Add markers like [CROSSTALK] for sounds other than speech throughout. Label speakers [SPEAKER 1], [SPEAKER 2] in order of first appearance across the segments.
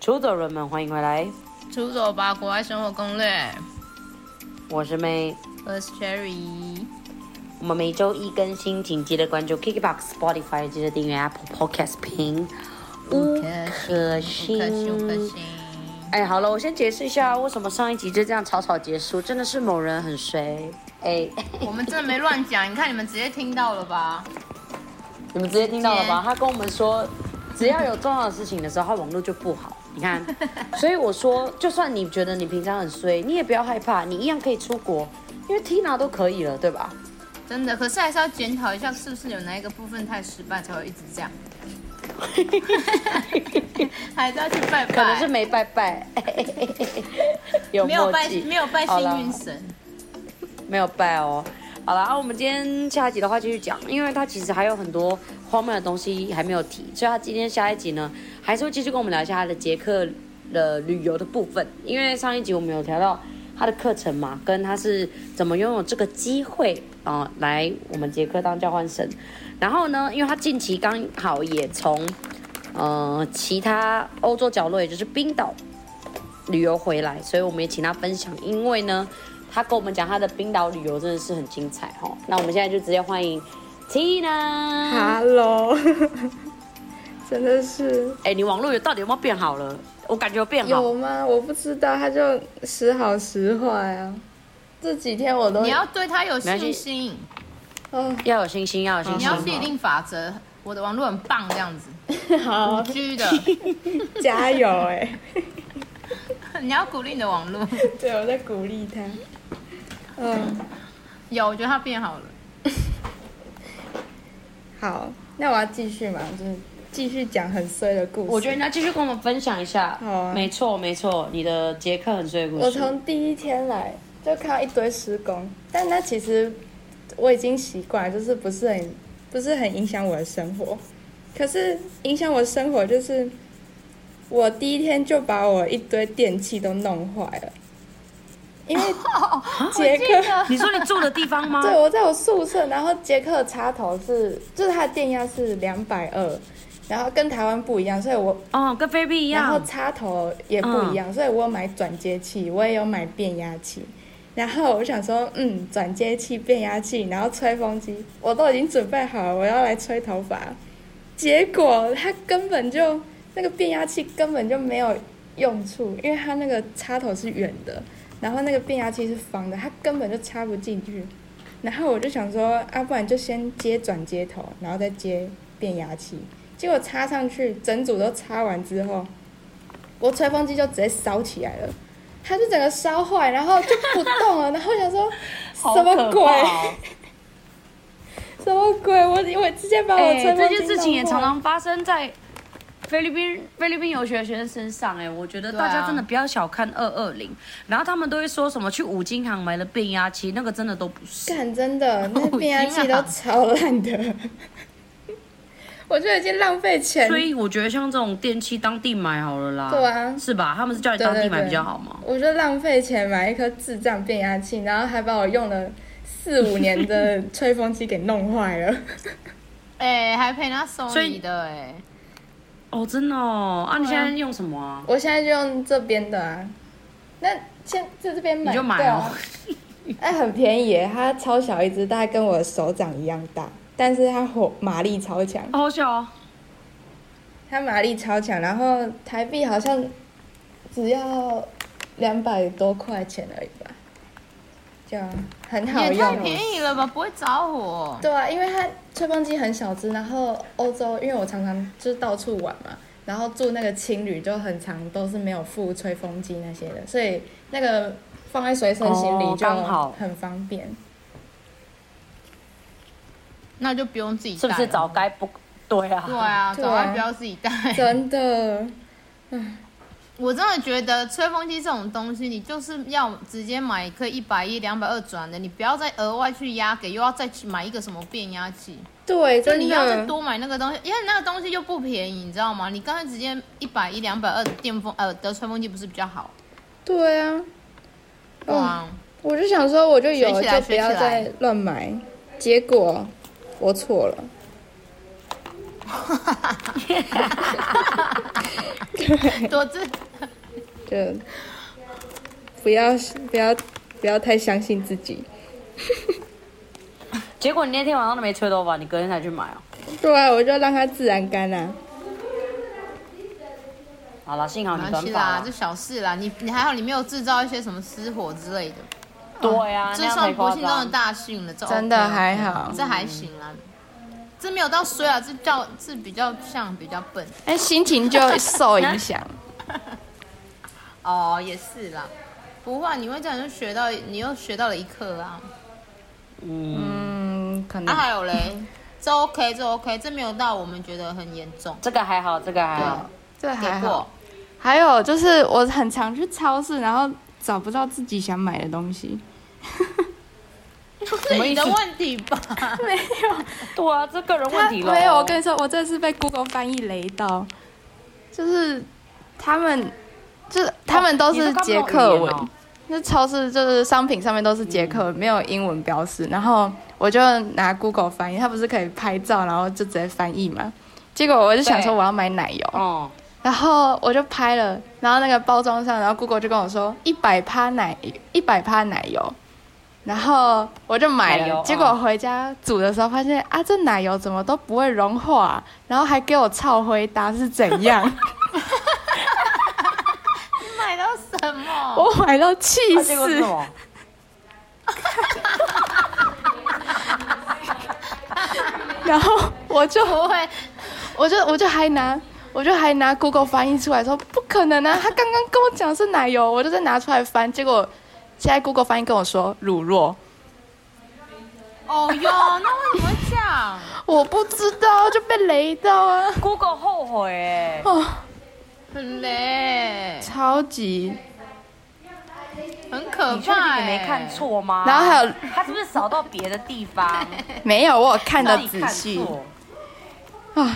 [SPEAKER 1] 出走人们，欢迎回来，
[SPEAKER 2] 出走吧，国外生活攻略。
[SPEAKER 1] 我是妹。
[SPEAKER 2] 我是 Cherry，
[SPEAKER 1] 我们每周一更新，请记得关注 KKBOX、Spotify，记得订阅 Apple Podcast 评五颗
[SPEAKER 2] 五
[SPEAKER 1] 星。
[SPEAKER 2] 颗星，五颗星。
[SPEAKER 1] 哎，好了，我先解释一下为什么上一集就这样草草结束，真的是某人很衰。哎， [LAUGHS]
[SPEAKER 2] 我们真的没乱讲，你看你们直接听到了吧？
[SPEAKER 1] 你们直接听到了吧？他跟我们说，只要有重要的事情的时候，他网络就不好。你看， [LAUGHS] 所以我说，就算你觉得你平常很衰，你也不要害怕，你一样可以出国，因为 Tina 都可以了，对吧？ [LAUGHS]
[SPEAKER 2] 真的，可是还是要检讨一下，是不是有哪一个部分太失败，才会一直这样？还是要去拜拜，
[SPEAKER 1] 可能是没拜
[SPEAKER 2] [LAUGHS]
[SPEAKER 1] 拜，有
[SPEAKER 2] 没有
[SPEAKER 1] 默
[SPEAKER 2] 拜
[SPEAKER 1] 契，
[SPEAKER 2] 没有拜
[SPEAKER 1] 好了
[SPEAKER 2] 幸运神。
[SPEAKER 1] 没有拜哦。好了，啊，我们今天下一集的话继续讲，因为它其实还有很多荒谬的东西还没有提，所以他今天下一集呢，还是会继续跟我们聊一下他的捷克的旅游的部分。因为上一集我们有聊到他的课程嘛，跟他是怎么拥有这个机会啊、呃来我们捷克当交换生。然后呢，因为他近期刚好也从呃其他欧洲角落，也就是冰岛旅游回来，所以我们也请他分享，因为呢，他跟我们讲他的冰岛旅游真的是很精彩哈。那我们现在就直接欢迎 Tina。
[SPEAKER 3] Hello，真的是
[SPEAKER 1] 哎、你网络有到底有没有变好了？我感觉有变好
[SPEAKER 3] 有。吗？我不知道，他就时好时坏啊。这几天我都
[SPEAKER 2] 你要对他有
[SPEAKER 1] 没关系
[SPEAKER 2] 信心，
[SPEAKER 3] 嗯、
[SPEAKER 1] 要有信心，要有信
[SPEAKER 2] 你
[SPEAKER 1] 心
[SPEAKER 2] 要。立定法则。我的网络很棒，这样子，
[SPEAKER 3] 好
[SPEAKER 2] 不拘的。
[SPEAKER 3] 加油哎、
[SPEAKER 2] 你要鼓励你的网络。
[SPEAKER 3] [LAUGHS] 对，我在鼓励他。嗯，
[SPEAKER 2] 有，我觉得他变好了。
[SPEAKER 3] 好，那我要继续嘛，就是继续讲很衰的故事。
[SPEAKER 1] 我觉得你要继续跟我们分享一下。
[SPEAKER 3] 好啊
[SPEAKER 1] 没错没错，你的杰克很衰的故事。
[SPEAKER 3] 我从第一天来就看到一堆施工，但那其实我已经习惯了，就是不是很不是很影响我的生活。可是影响我的生活就是，我第一天就把我一堆电器都弄坏了， [LAUGHS] 因为啊杰克。
[SPEAKER 1] 你说你住的地方吗？
[SPEAKER 3] [LAUGHS] 对，我在我宿舍，然后杰克的插头是，就是它的电压是两百二，然后跟台湾不一样，所以我
[SPEAKER 1] 哦，跟菲比一
[SPEAKER 3] 然后
[SPEAKER 1] 样。嗯
[SPEAKER 3] 插头也不一样，所以我有买转接器，我也有买变压器。然后我想说，嗯，转接器、变压器，然后吹风机，我都已经准备好了，我要来吹头发。结果它根本就那个变压器根本就没有用处，因为它那个插头是远的，然后那个变压器是方的，它根本就插不进去。然后我就想说，啊，不然就先接转接头，然后再接变压器。结果插上去，整组都插完之后，我吹风机就直接烧起来了，它就整个烧坏，然后就不动了。然后我想说，
[SPEAKER 1] 好
[SPEAKER 3] 什么
[SPEAKER 1] 可
[SPEAKER 3] 鬼？
[SPEAKER 1] 怕哦
[SPEAKER 3] [LAUGHS] 什么鬼？我我直接把我
[SPEAKER 2] 哦
[SPEAKER 1] 哎、
[SPEAKER 3] 吹风机、
[SPEAKER 1] 这件事情也常。常发生在菲律宾菲律宾游学的学生身上、哎，我觉得
[SPEAKER 2] 对啊
[SPEAKER 1] 大家真的不要小看二二零，然后他们都会说什么去五金行买了变压器，那个真的都不是。
[SPEAKER 3] [LAUGHS] 干，真的，那
[SPEAKER 2] 五
[SPEAKER 3] 变压
[SPEAKER 2] 金啊
[SPEAKER 3] 器都超
[SPEAKER 1] [LAUGHS]
[SPEAKER 3] 烂的，
[SPEAKER 1] 啊
[SPEAKER 3] 我就已经浪费钱
[SPEAKER 1] 所以我觉得像这种电器当地买好了啦，
[SPEAKER 3] 对啊
[SPEAKER 1] 是吧？他们是叫你当地买比较好吗？
[SPEAKER 3] 我就浪费钱买一颗智障变压器，然后还把我用了四五年的吹风机给弄坏 [LAUGHS] 了。
[SPEAKER 2] 哎、还陪他收
[SPEAKER 1] 所以
[SPEAKER 2] 你的哎、
[SPEAKER 1] 哦，真的哦，啊，你现在用什么啊？
[SPEAKER 3] 我现在就用这边的啊，那现在这边买
[SPEAKER 1] 你就买
[SPEAKER 3] 对
[SPEAKER 1] 哦
[SPEAKER 3] 啊，哎、很便宜耶，它超小一只，大概跟我的手掌一样大，但是它火马力超强，
[SPEAKER 1] 哦 [LAUGHS] 好小哦，
[SPEAKER 3] 它马力超强，然后台币好像只要两百多块钱而已吧，就很好
[SPEAKER 2] 也太
[SPEAKER 3] 用。
[SPEAKER 2] 便宜了吧，不会着火。
[SPEAKER 3] 对啊，因为它吹风机很小只，然后欧洲，因为我常常就是到处玩嘛，然后住那个青旅就很常都是没有附吹风机那些的，所以那个放在随身行
[SPEAKER 1] 哦
[SPEAKER 3] 李就
[SPEAKER 1] 刚好
[SPEAKER 3] 很方便。
[SPEAKER 2] 那就不用自己带。
[SPEAKER 1] 是不是早？该不？对啊，
[SPEAKER 2] 啊对啊，
[SPEAKER 3] 对啊
[SPEAKER 2] 早该不要自己带。 [LAUGHS]
[SPEAKER 3] 真的，
[SPEAKER 2] 我真的觉得吹风机这种东西，你就是要直接买一颗一百一、两百二转的，你不要再额外去压给，又要再去买一个什么变压器，
[SPEAKER 3] 对，啊
[SPEAKER 2] 就
[SPEAKER 3] 真
[SPEAKER 2] 你要再
[SPEAKER 3] 的，
[SPEAKER 2] 多买那个东西，因为那个东西又不便宜，你知道吗？你干脆直接一百一、两百二电风呃的吹风机不是比较好？
[SPEAKER 3] 对啊，
[SPEAKER 2] 对啊，
[SPEAKER 3] 哦我就想说，我就有
[SPEAKER 2] 学
[SPEAKER 3] 了
[SPEAKER 2] 起来
[SPEAKER 3] 就不要再乱买，结果我嗯 [LAUGHS] 错了。
[SPEAKER 2] 多自
[SPEAKER 3] 就不要不要不要太相信自己。
[SPEAKER 1] 结果你那天晚上都没吹头发，你隔天才去买哦。
[SPEAKER 3] 对啊，我就让它自然干啊。
[SPEAKER 1] 好了，幸好你
[SPEAKER 2] 没
[SPEAKER 1] 短
[SPEAKER 2] 关系
[SPEAKER 1] 发
[SPEAKER 2] 啦，
[SPEAKER 1] 啊
[SPEAKER 2] 这。小事啦。你你还好，你没有制造一些什么失火之类的，
[SPEAKER 1] 对呀、啊，
[SPEAKER 2] 这
[SPEAKER 1] 那样
[SPEAKER 2] 算
[SPEAKER 1] 才
[SPEAKER 2] 不
[SPEAKER 1] 夸
[SPEAKER 2] 幸中的
[SPEAKER 1] 张。
[SPEAKER 2] 大幸了。这
[SPEAKER 3] 真的
[SPEAKER 2] OK，OK
[SPEAKER 3] 还好
[SPEAKER 2] 这还行啦。这没有到衰啊，这叫这比较像比较笨
[SPEAKER 3] 哎，心情 [LAUGHS] 就受影响。
[SPEAKER 2] 哦，也是啦。不会啊，你会这样就学到，你又学到了一课啊。
[SPEAKER 1] 嗯，
[SPEAKER 3] 嗯，可
[SPEAKER 2] 啊，
[SPEAKER 3] 能
[SPEAKER 2] 还有嘞，这 OK，这 OK，这没有到我们觉得很严重。
[SPEAKER 1] 这个还好，这个还好。
[SPEAKER 3] 这
[SPEAKER 2] 给
[SPEAKER 3] 还好
[SPEAKER 2] 过。，
[SPEAKER 3] 还有就是，我很常去超市，然后找不到自己想买的东西。
[SPEAKER 2] 不是你的问题吧？ [LAUGHS]
[SPEAKER 3] 没有，
[SPEAKER 1] 对啊，这个人问题了。
[SPEAKER 3] 没有，我跟你说，我这次被 Google 翻译雷到，就是他们，就是他们都
[SPEAKER 1] 哦你
[SPEAKER 3] 是
[SPEAKER 1] 看不懂
[SPEAKER 3] 捷克
[SPEAKER 1] 语
[SPEAKER 3] 文
[SPEAKER 1] 言哦，嗯
[SPEAKER 3] 那超市就是商品上面都是捷克文，没有英文标识。然后我就拿 Google 翻译，它不是可以拍照，然后就直接翻译嘛。结果我就想说
[SPEAKER 1] 对
[SPEAKER 3] 我要买奶油，
[SPEAKER 1] 哦，
[SPEAKER 3] 然后我就拍了，然后那个包装上，然后 Google 就跟我说一百趴奶，一百趴奶油，然后我就买
[SPEAKER 1] 奶油
[SPEAKER 3] 了。
[SPEAKER 1] 嗯
[SPEAKER 3] 结果回家煮的时候发现啊，这奶油怎么都不会融化、然后还给我超回答是怎
[SPEAKER 1] [LAUGHS]
[SPEAKER 3] 样，
[SPEAKER 2] 买到什么？
[SPEAKER 3] 哦我买到气
[SPEAKER 1] 啊结果是什。
[SPEAKER 3] 死
[SPEAKER 1] 么？
[SPEAKER 3] 然后我就
[SPEAKER 2] [LAUGHS] 不会，
[SPEAKER 3] 我就我就还拿。我就还拿 Google 翻译出来说不可能啊，他刚刚跟我讲是奶油，我就再拿出来翻，结果现在 Google 翻译跟我说乳酪，
[SPEAKER 2] 哦哟，那为什么会这样？
[SPEAKER 3] 我不知道就被雷到啊。
[SPEAKER 1] Google 后悔哎、
[SPEAKER 3] 哦，
[SPEAKER 2] 很累，
[SPEAKER 3] 超
[SPEAKER 1] [LAUGHS]
[SPEAKER 3] 级。
[SPEAKER 2] 很可
[SPEAKER 1] 你确定
[SPEAKER 2] 怕、欸。
[SPEAKER 1] 你没看，错吗？
[SPEAKER 3] 然后还有
[SPEAKER 1] 他是不是扫到别的地方？
[SPEAKER 3] 没有，我有看
[SPEAKER 1] 那
[SPEAKER 3] 的
[SPEAKER 1] 你
[SPEAKER 3] 仔
[SPEAKER 1] 看
[SPEAKER 3] 细。
[SPEAKER 1] 错
[SPEAKER 3] 啊，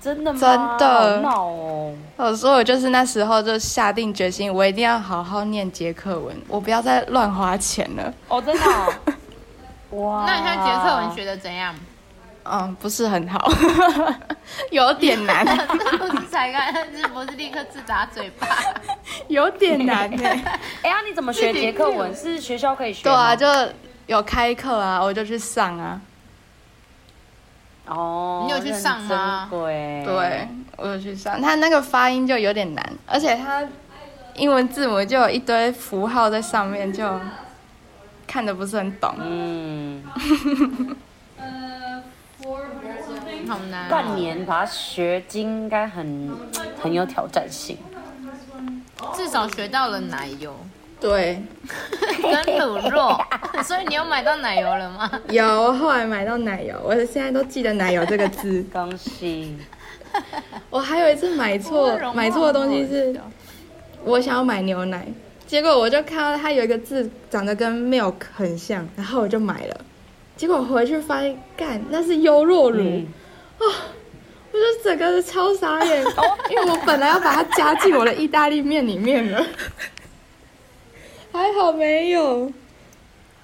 [SPEAKER 1] 真的吗？
[SPEAKER 3] 真的
[SPEAKER 1] 好闹哦。
[SPEAKER 3] 我说我就是那时候就下定决心，我一定要好好念捷克文，我不要再乱花钱了。
[SPEAKER 1] 哦，真的、哦。哇！
[SPEAKER 2] 那你看
[SPEAKER 1] 啊
[SPEAKER 2] 杰克文学的怎样？
[SPEAKER 3] [LAUGHS]
[SPEAKER 2] [LAUGHS]
[SPEAKER 3] 嗯，不是很好， [LAUGHS] 有
[SPEAKER 1] [LAUGHS]
[SPEAKER 3] 点难，
[SPEAKER 2] 这不是才干，但是不是立刻自打嘴巴？
[SPEAKER 3] 有点难
[SPEAKER 1] [LAUGHS]
[SPEAKER 3] 呢、
[SPEAKER 1] 哎呀，那你怎么学捷克文？是学校可以学
[SPEAKER 3] 对
[SPEAKER 1] 吗？
[SPEAKER 3] 啊，就有开课啊，我就去上啊。
[SPEAKER 1] 哦，
[SPEAKER 2] 你有去上吗
[SPEAKER 1] 对
[SPEAKER 3] 对，，我有去上，它那个发音就有点难，而且它英文字母就有一堆符号在上面，就看的不是很懂。
[SPEAKER 1] 嗯，
[SPEAKER 2] 好难、
[SPEAKER 1] 半
[SPEAKER 2] 哦，
[SPEAKER 1] 年把它学精应该很很有挑战性。。
[SPEAKER 2] 哦至少学到了奶油 [LAUGHS]
[SPEAKER 3] 对，
[SPEAKER 2] 跟乳酪， [LAUGHS] 所以你有买到奶油了吗？
[SPEAKER 3] 有，后来买到奶油，我现在都记得奶油这个字
[SPEAKER 1] 恭喜！
[SPEAKER 3] 我还有一次买错，买错东西是，我想要买牛奶，结果我就看到它有一个字长得跟 milk 很像，然后我就买了，结果回去发现，干，那是优酪乳，啊
[SPEAKER 1] 嗯
[SPEAKER 3] 我就整个超傻眼，
[SPEAKER 1] [LAUGHS]
[SPEAKER 3] 因为我本来要把它加进我的意大利面里
[SPEAKER 1] [LAUGHS]
[SPEAKER 3] 面了，还好没有，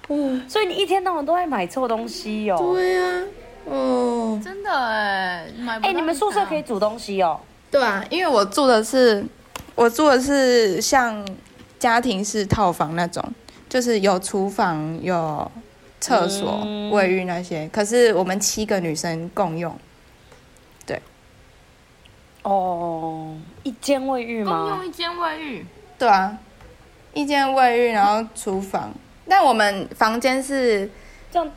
[SPEAKER 3] 嗯，
[SPEAKER 1] 所以你一天到晚都在买错东西哟、哦。
[SPEAKER 3] 对啊，哦。
[SPEAKER 2] 真的哎、买不
[SPEAKER 1] 哎、
[SPEAKER 2] 到
[SPEAKER 1] 你们宿舍可以煮东西哦。
[SPEAKER 3] 对啊，因为我住的是，我住的是像家庭式套房那种，就是有厨房、有厕所、
[SPEAKER 1] 嗯
[SPEAKER 3] 卫浴那些。可是我们七个女生共用，
[SPEAKER 1] 哦，一间卫浴
[SPEAKER 2] 共
[SPEAKER 1] 吗
[SPEAKER 2] 用？一间卫浴，
[SPEAKER 3] 对啊，一间卫浴，然后厨房。但我们房间是
[SPEAKER 1] 这样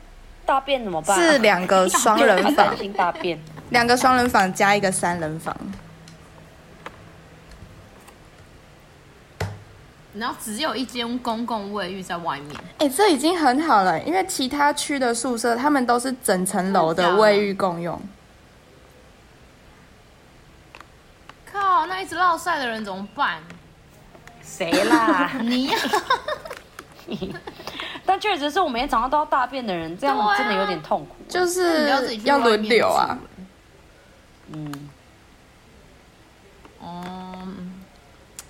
[SPEAKER 1] 大便怎么 [LAUGHS] 办、
[SPEAKER 3] 是两个双人
[SPEAKER 1] 担
[SPEAKER 3] [LAUGHS] 房，
[SPEAKER 1] 心大便。
[SPEAKER 3] 两个双人房加一个三人房。
[SPEAKER 2] 然后只有一间公共卫浴在外面，
[SPEAKER 3] 哎、这已经很好了，因为其他区的宿舍他们都是整层楼
[SPEAKER 2] 真的
[SPEAKER 3] 的
[SPEAKER 2] 假的
[SPEAKER 3] 卫浴共用。
[SPEAKER 2] 靠，那一直落晒的人怎么办？
[SPEAKER 1] 谁啦？
[SPEAKER 2] 你呀、
[SPEAKER 1] [LAUGHS] 但确实是我每天早上都要大便的人，这样
[SPEAKER 2] 对啊
[SPEAKER 1] 真的有点痛苦。
[SPEAKER 3] 就是
[SPEAKER 2] 你要自己去
[SPEAKER 3] 要
[SPEAKER 2] 外面
[SPEAKER 3] 轮流啊
[SPEAKER 2] 住。
[SPEAKER 1] 嗯，
[SPEAKER 2] 哦，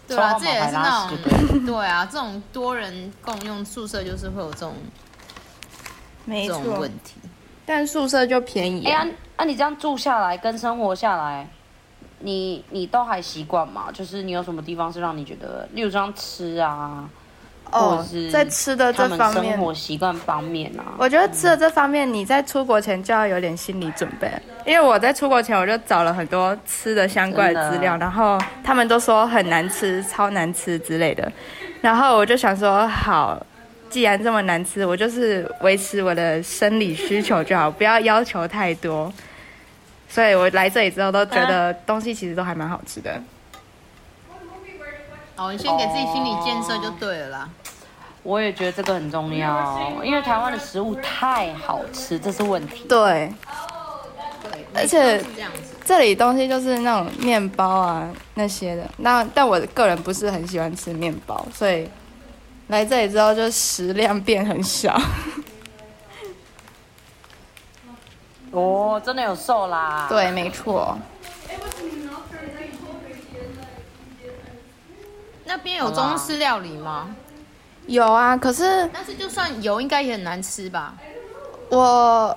[SPEAKER 2] 对
[SPEAKER 1] 抽号
[SPEAKER 2] 啊，
[SPEAKER 1] 码
[SPEAKER 2] 这也
[SPEAKER 1] 牌
[SPEAKER 2] 是
[SPEAKER 1] 拉
[SPEAKER 2] 那
[SPEAKER 1] 屎
[SPEAKER 2] 种， [LAUGHS] 对啊，这种多人共用宿舍就是会有这种这
[SPEAKER 3] 没
[SPEAKER 1] [LAUGHS]
[SPEAKER 2] 种问题。
[SPEAKER 3] 但宿舍就便宜、
[SPEAKER 1] 哎、呀，
[SPEAKER 3] 啊。
[SPEAKER 1] 那、啊你这样住下来跟生活下来，你你都还习惯吗？就是你有什么地方是让你觉得，例如像吃啊，或者
[SPEAKER 3] 哦
[SPEAKER 1] 是，
[SPEAKER 3] 在吃的
[SPEAKER 1] 他
[SPEAKER 3] 这
[SPEAKER 1] 们
[SPEAKER 3] 方面
[SPEAKER 1] 生，活习惯方面啊，
[SPEAKER 3] 我觉得吃的这方面，你在出国前就要有点心理准备，因为我在出国前我就找了很多吃的相关的资料，
[SPEAKER 1] 真
[SPEAKER 3] 然后他们都说很难吃、超难吃之类的，然后我就想说，好，既然这么难吃，我就是维持我的生理需求就好，不要要求太多。所以我来这里之后都觉
[SPEAKER 1] 啊
[SPEAKER 3] 得东西其实都还蛮好吃的。
[SPEAKER 2] 哦，你先给自己心理建设就对了啦。
[SPEAKER 1] 我也觉得这个很重要，因为台湾的食物太好吃，这是问题。
[SPEAKER 3] 对，
[SPEAKER 1] 哦
[SPEAKER 2] 对，
[SPEAKER 3] 而且
[SPEAKER 2] 每次都是这样子。
[SPEAKER 3] 这里东西就是那种面包啊那些的，那但我个人不是很喜欢吃面包，所以来这里之后就食量变很小。
[SPEAKER 1] 哦，真的有瘦啦。，
[SPEAKER 3] [LAUGHS] 对，没错。
[SPEAKER 2] 那边有中式料理吗？
[SPEAKER 3] 有啊，可是
[SPEAKER 2] 但是就算有，应该也很难吃吧？
[SPEAKER 3] 我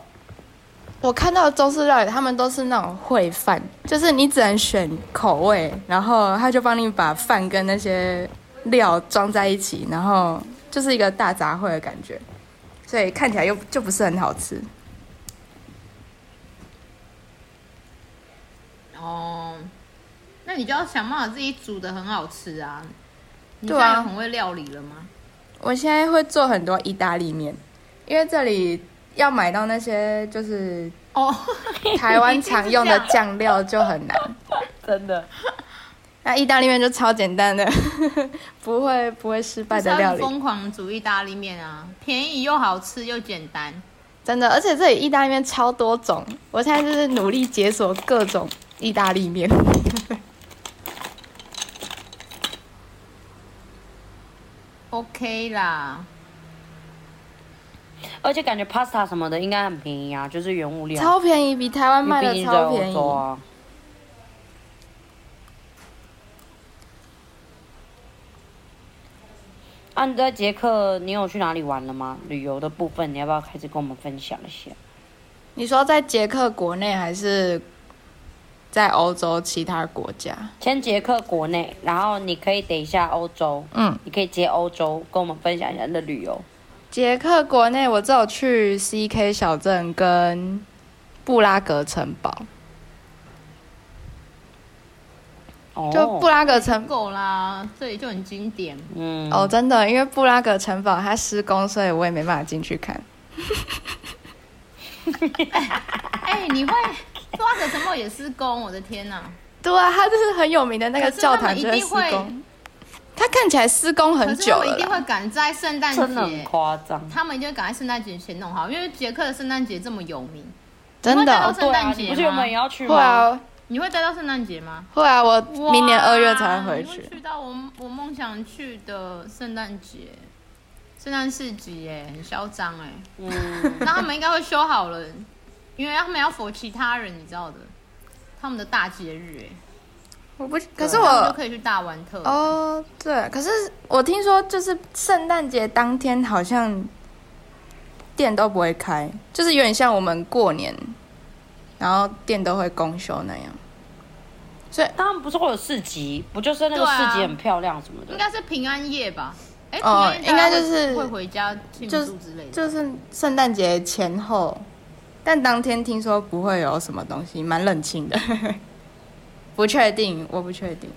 [SPEAKER 3] 我看到中式料理，他们都是那种烩饭，就是你只能选口味，然后他就帮你把饭跟那些料装在一起，然后就是一个大杂烩的感觉，所以看起来又就不是很好吃。
[SPEAKER 2] 哦，那你就要想办法自己煮的很好吃啊。你现
[SPEAKER 3] 对啊
[SPEAKER 2] 在有很会料理了吗？
[SPEAKER 3] 我现在会做很多意大利面，因为这里要买到那些就是
[SPEAKER 2] 哦，
[SPEAKER 3] 啊 [LAUGHS] 台湾常用
[SPEAKER 2] [LAUGHS] 你
[SPEAKER 3] 的
[SPEAKER 2] 自己讲
[SPEAKER 3] 酱料就很难。
[SPEAKER 1] 真的。
[SPEAKER 3] 那意大利面就超简单的， [LAUGHS] 不会不会失败
[SPEAKER 2] 就是
[SPEAKER 3] 的
[SPEAKER 2] 要
[SPEAKER 3] 料理，
[SPEAKER 2] 疯狂煮意大利面啊，便宜又好吃又简单。
[SPEAKER 3] 真的。而且这里意大利面超多种，我现在就是努力解锁各种意大利面。 [LAUGHS]
[SPEAKER 2] OK 啦，
[SPEAKER 1] 而且感觉 pasta 什么的应该很便宜啊，就是原物料，
[SPEAKER 3] 超便宜，比台湾
[SPEAKER 1] 因为
[SPEAKER 3] 卖
[SPEAKER 1] 毕
[SPEAKER 3] 的
[SPEAKER 1] 竟在
[SPEAKER 3] 超
[SPEAKER 1] 欧
[SPEAKER 3] 便宜
[SPEAKER 1] 洲。啊。啊，你在捷克，你有去哪里玩了吗？旅游的部分，你要不要开始跟我们分享一下？
[SPEAKER 3] 你说在捷克国内还是在欧洲其他国家？
[SPEAKER 1] 先捷克国内，然后你可以等一下欧洲，
[SPEAKER 3] 嗯，
[SPEAKER 1] 你可以接欧洲，跟我们分享一下你的旅游。
[SPEAKER 3] 捷克国内，我只有去 CK 小镇跟布拉格城堡。
[SPEAKER 1] 哦，
[SPEAKER 3] 就布拉格城
[SPEAKER 2] 够啦，这里就很经典。 [LAUGHS]
[SPEAKER 1] 嗯，
[SPEAKER 3] 哦，真的，因为布拉格城堡它施工，所以我也没办法进去看。
[SPEAKER 2] 哎、你会抓着什么也是工，我的天哪！
[SPEAKER 3] 对啊，它就是很有名的那个
[SPEAKER 2] 可是他
[SPEAKER 3] 教
[SPEAKER 2] 们
[SPEAKER 3] 堂就
[SPEAKER 2] 一
[SPEAKER 3] 施
[SPEAKER 2] 定会
[SPEAKER 3] 工。它看起来施工很久
[SPEAKER 2] 可是他
[SPEAKER 3] 了
[SPEAKER 2] 们一定
[SPEAKER 3] 啦，
[SPEAKER 2] 会赶在圣诞
[SPEAKER 1] 真的很
[SPEAKER 2] 节，
[SPEAKER 1] 夸张。
[SPEAKER 2] 他们一定会赶在圣诞节前弄好，因为捷克的圣诞节这么有名。
[SPEAKER 3] 真
[SPEAKER 2] 你会带到
[SPEAKER 3] 的
[SPEAKER 1] 对
[SPEAKER 2] 圣
[SPEAKER 1] 啊
[SPEAKER 2] 诞，节
[SPEAKER 1] 你
[SPEAKER 2] 吗
[SPEAKER 1] 不是原本也要去吗？
[SPEAKER 3] 会啊
[SPEAKER 2] 你会待到圣诞节吗？
[SPEAKER 3] 会啊，我明年
[SPEAKER 2] 哇
[SPEAKER 3] 二月才会回
[SPEAKER 2] 你
[SPEAKER 3] 去。
[SPEAKER 2] 去到我我梦想去的圣诞节，圣诞市集耶，很嚣张哎。
[SPEAKER 1] 嗯，
[SPEAKER 2] 那他们应该会修好了， [LAUGHS] 因为他们要否其他人，你知道的，他们的大节日哎，
[SPEAKER 3] 我不，可是
[SPEAKER 2] 他们就
[SPEAKER 3] 我
[SPEAKER 2] 可以去大玩
[SPEAKER 1] 嗯
[SPEAKER 2] 特玩。
[SPEAKER 3] 哦，对，可是我听说就是圣诞节当天好像店都不会开，就是有点像我们过年，然后店都会公休那样。
[SPEAKER 1] [LAUGHS] 他们不是会有市集，不就是那个
[SPEAKER 2] 对啊
[SPEAKER 1] 市集很漂亮什么的？
[SPEAKER 2] 应该是平安夜吧？哎、平
[SPEAKER 3] 哦
[SPEAKER 2] 安夜大家
[SPEAKER 3] 应该就是
[SPEAKER 2] 会会回家庆
[SPEAKER 3] 就是
[SPEAKER 2] 祝之类的。
[SPEAKER 3] 就是圣诞节前后，但当天听说不会有什么东西，蛮冷清的， [LAUGHS] 不确定，我不确定。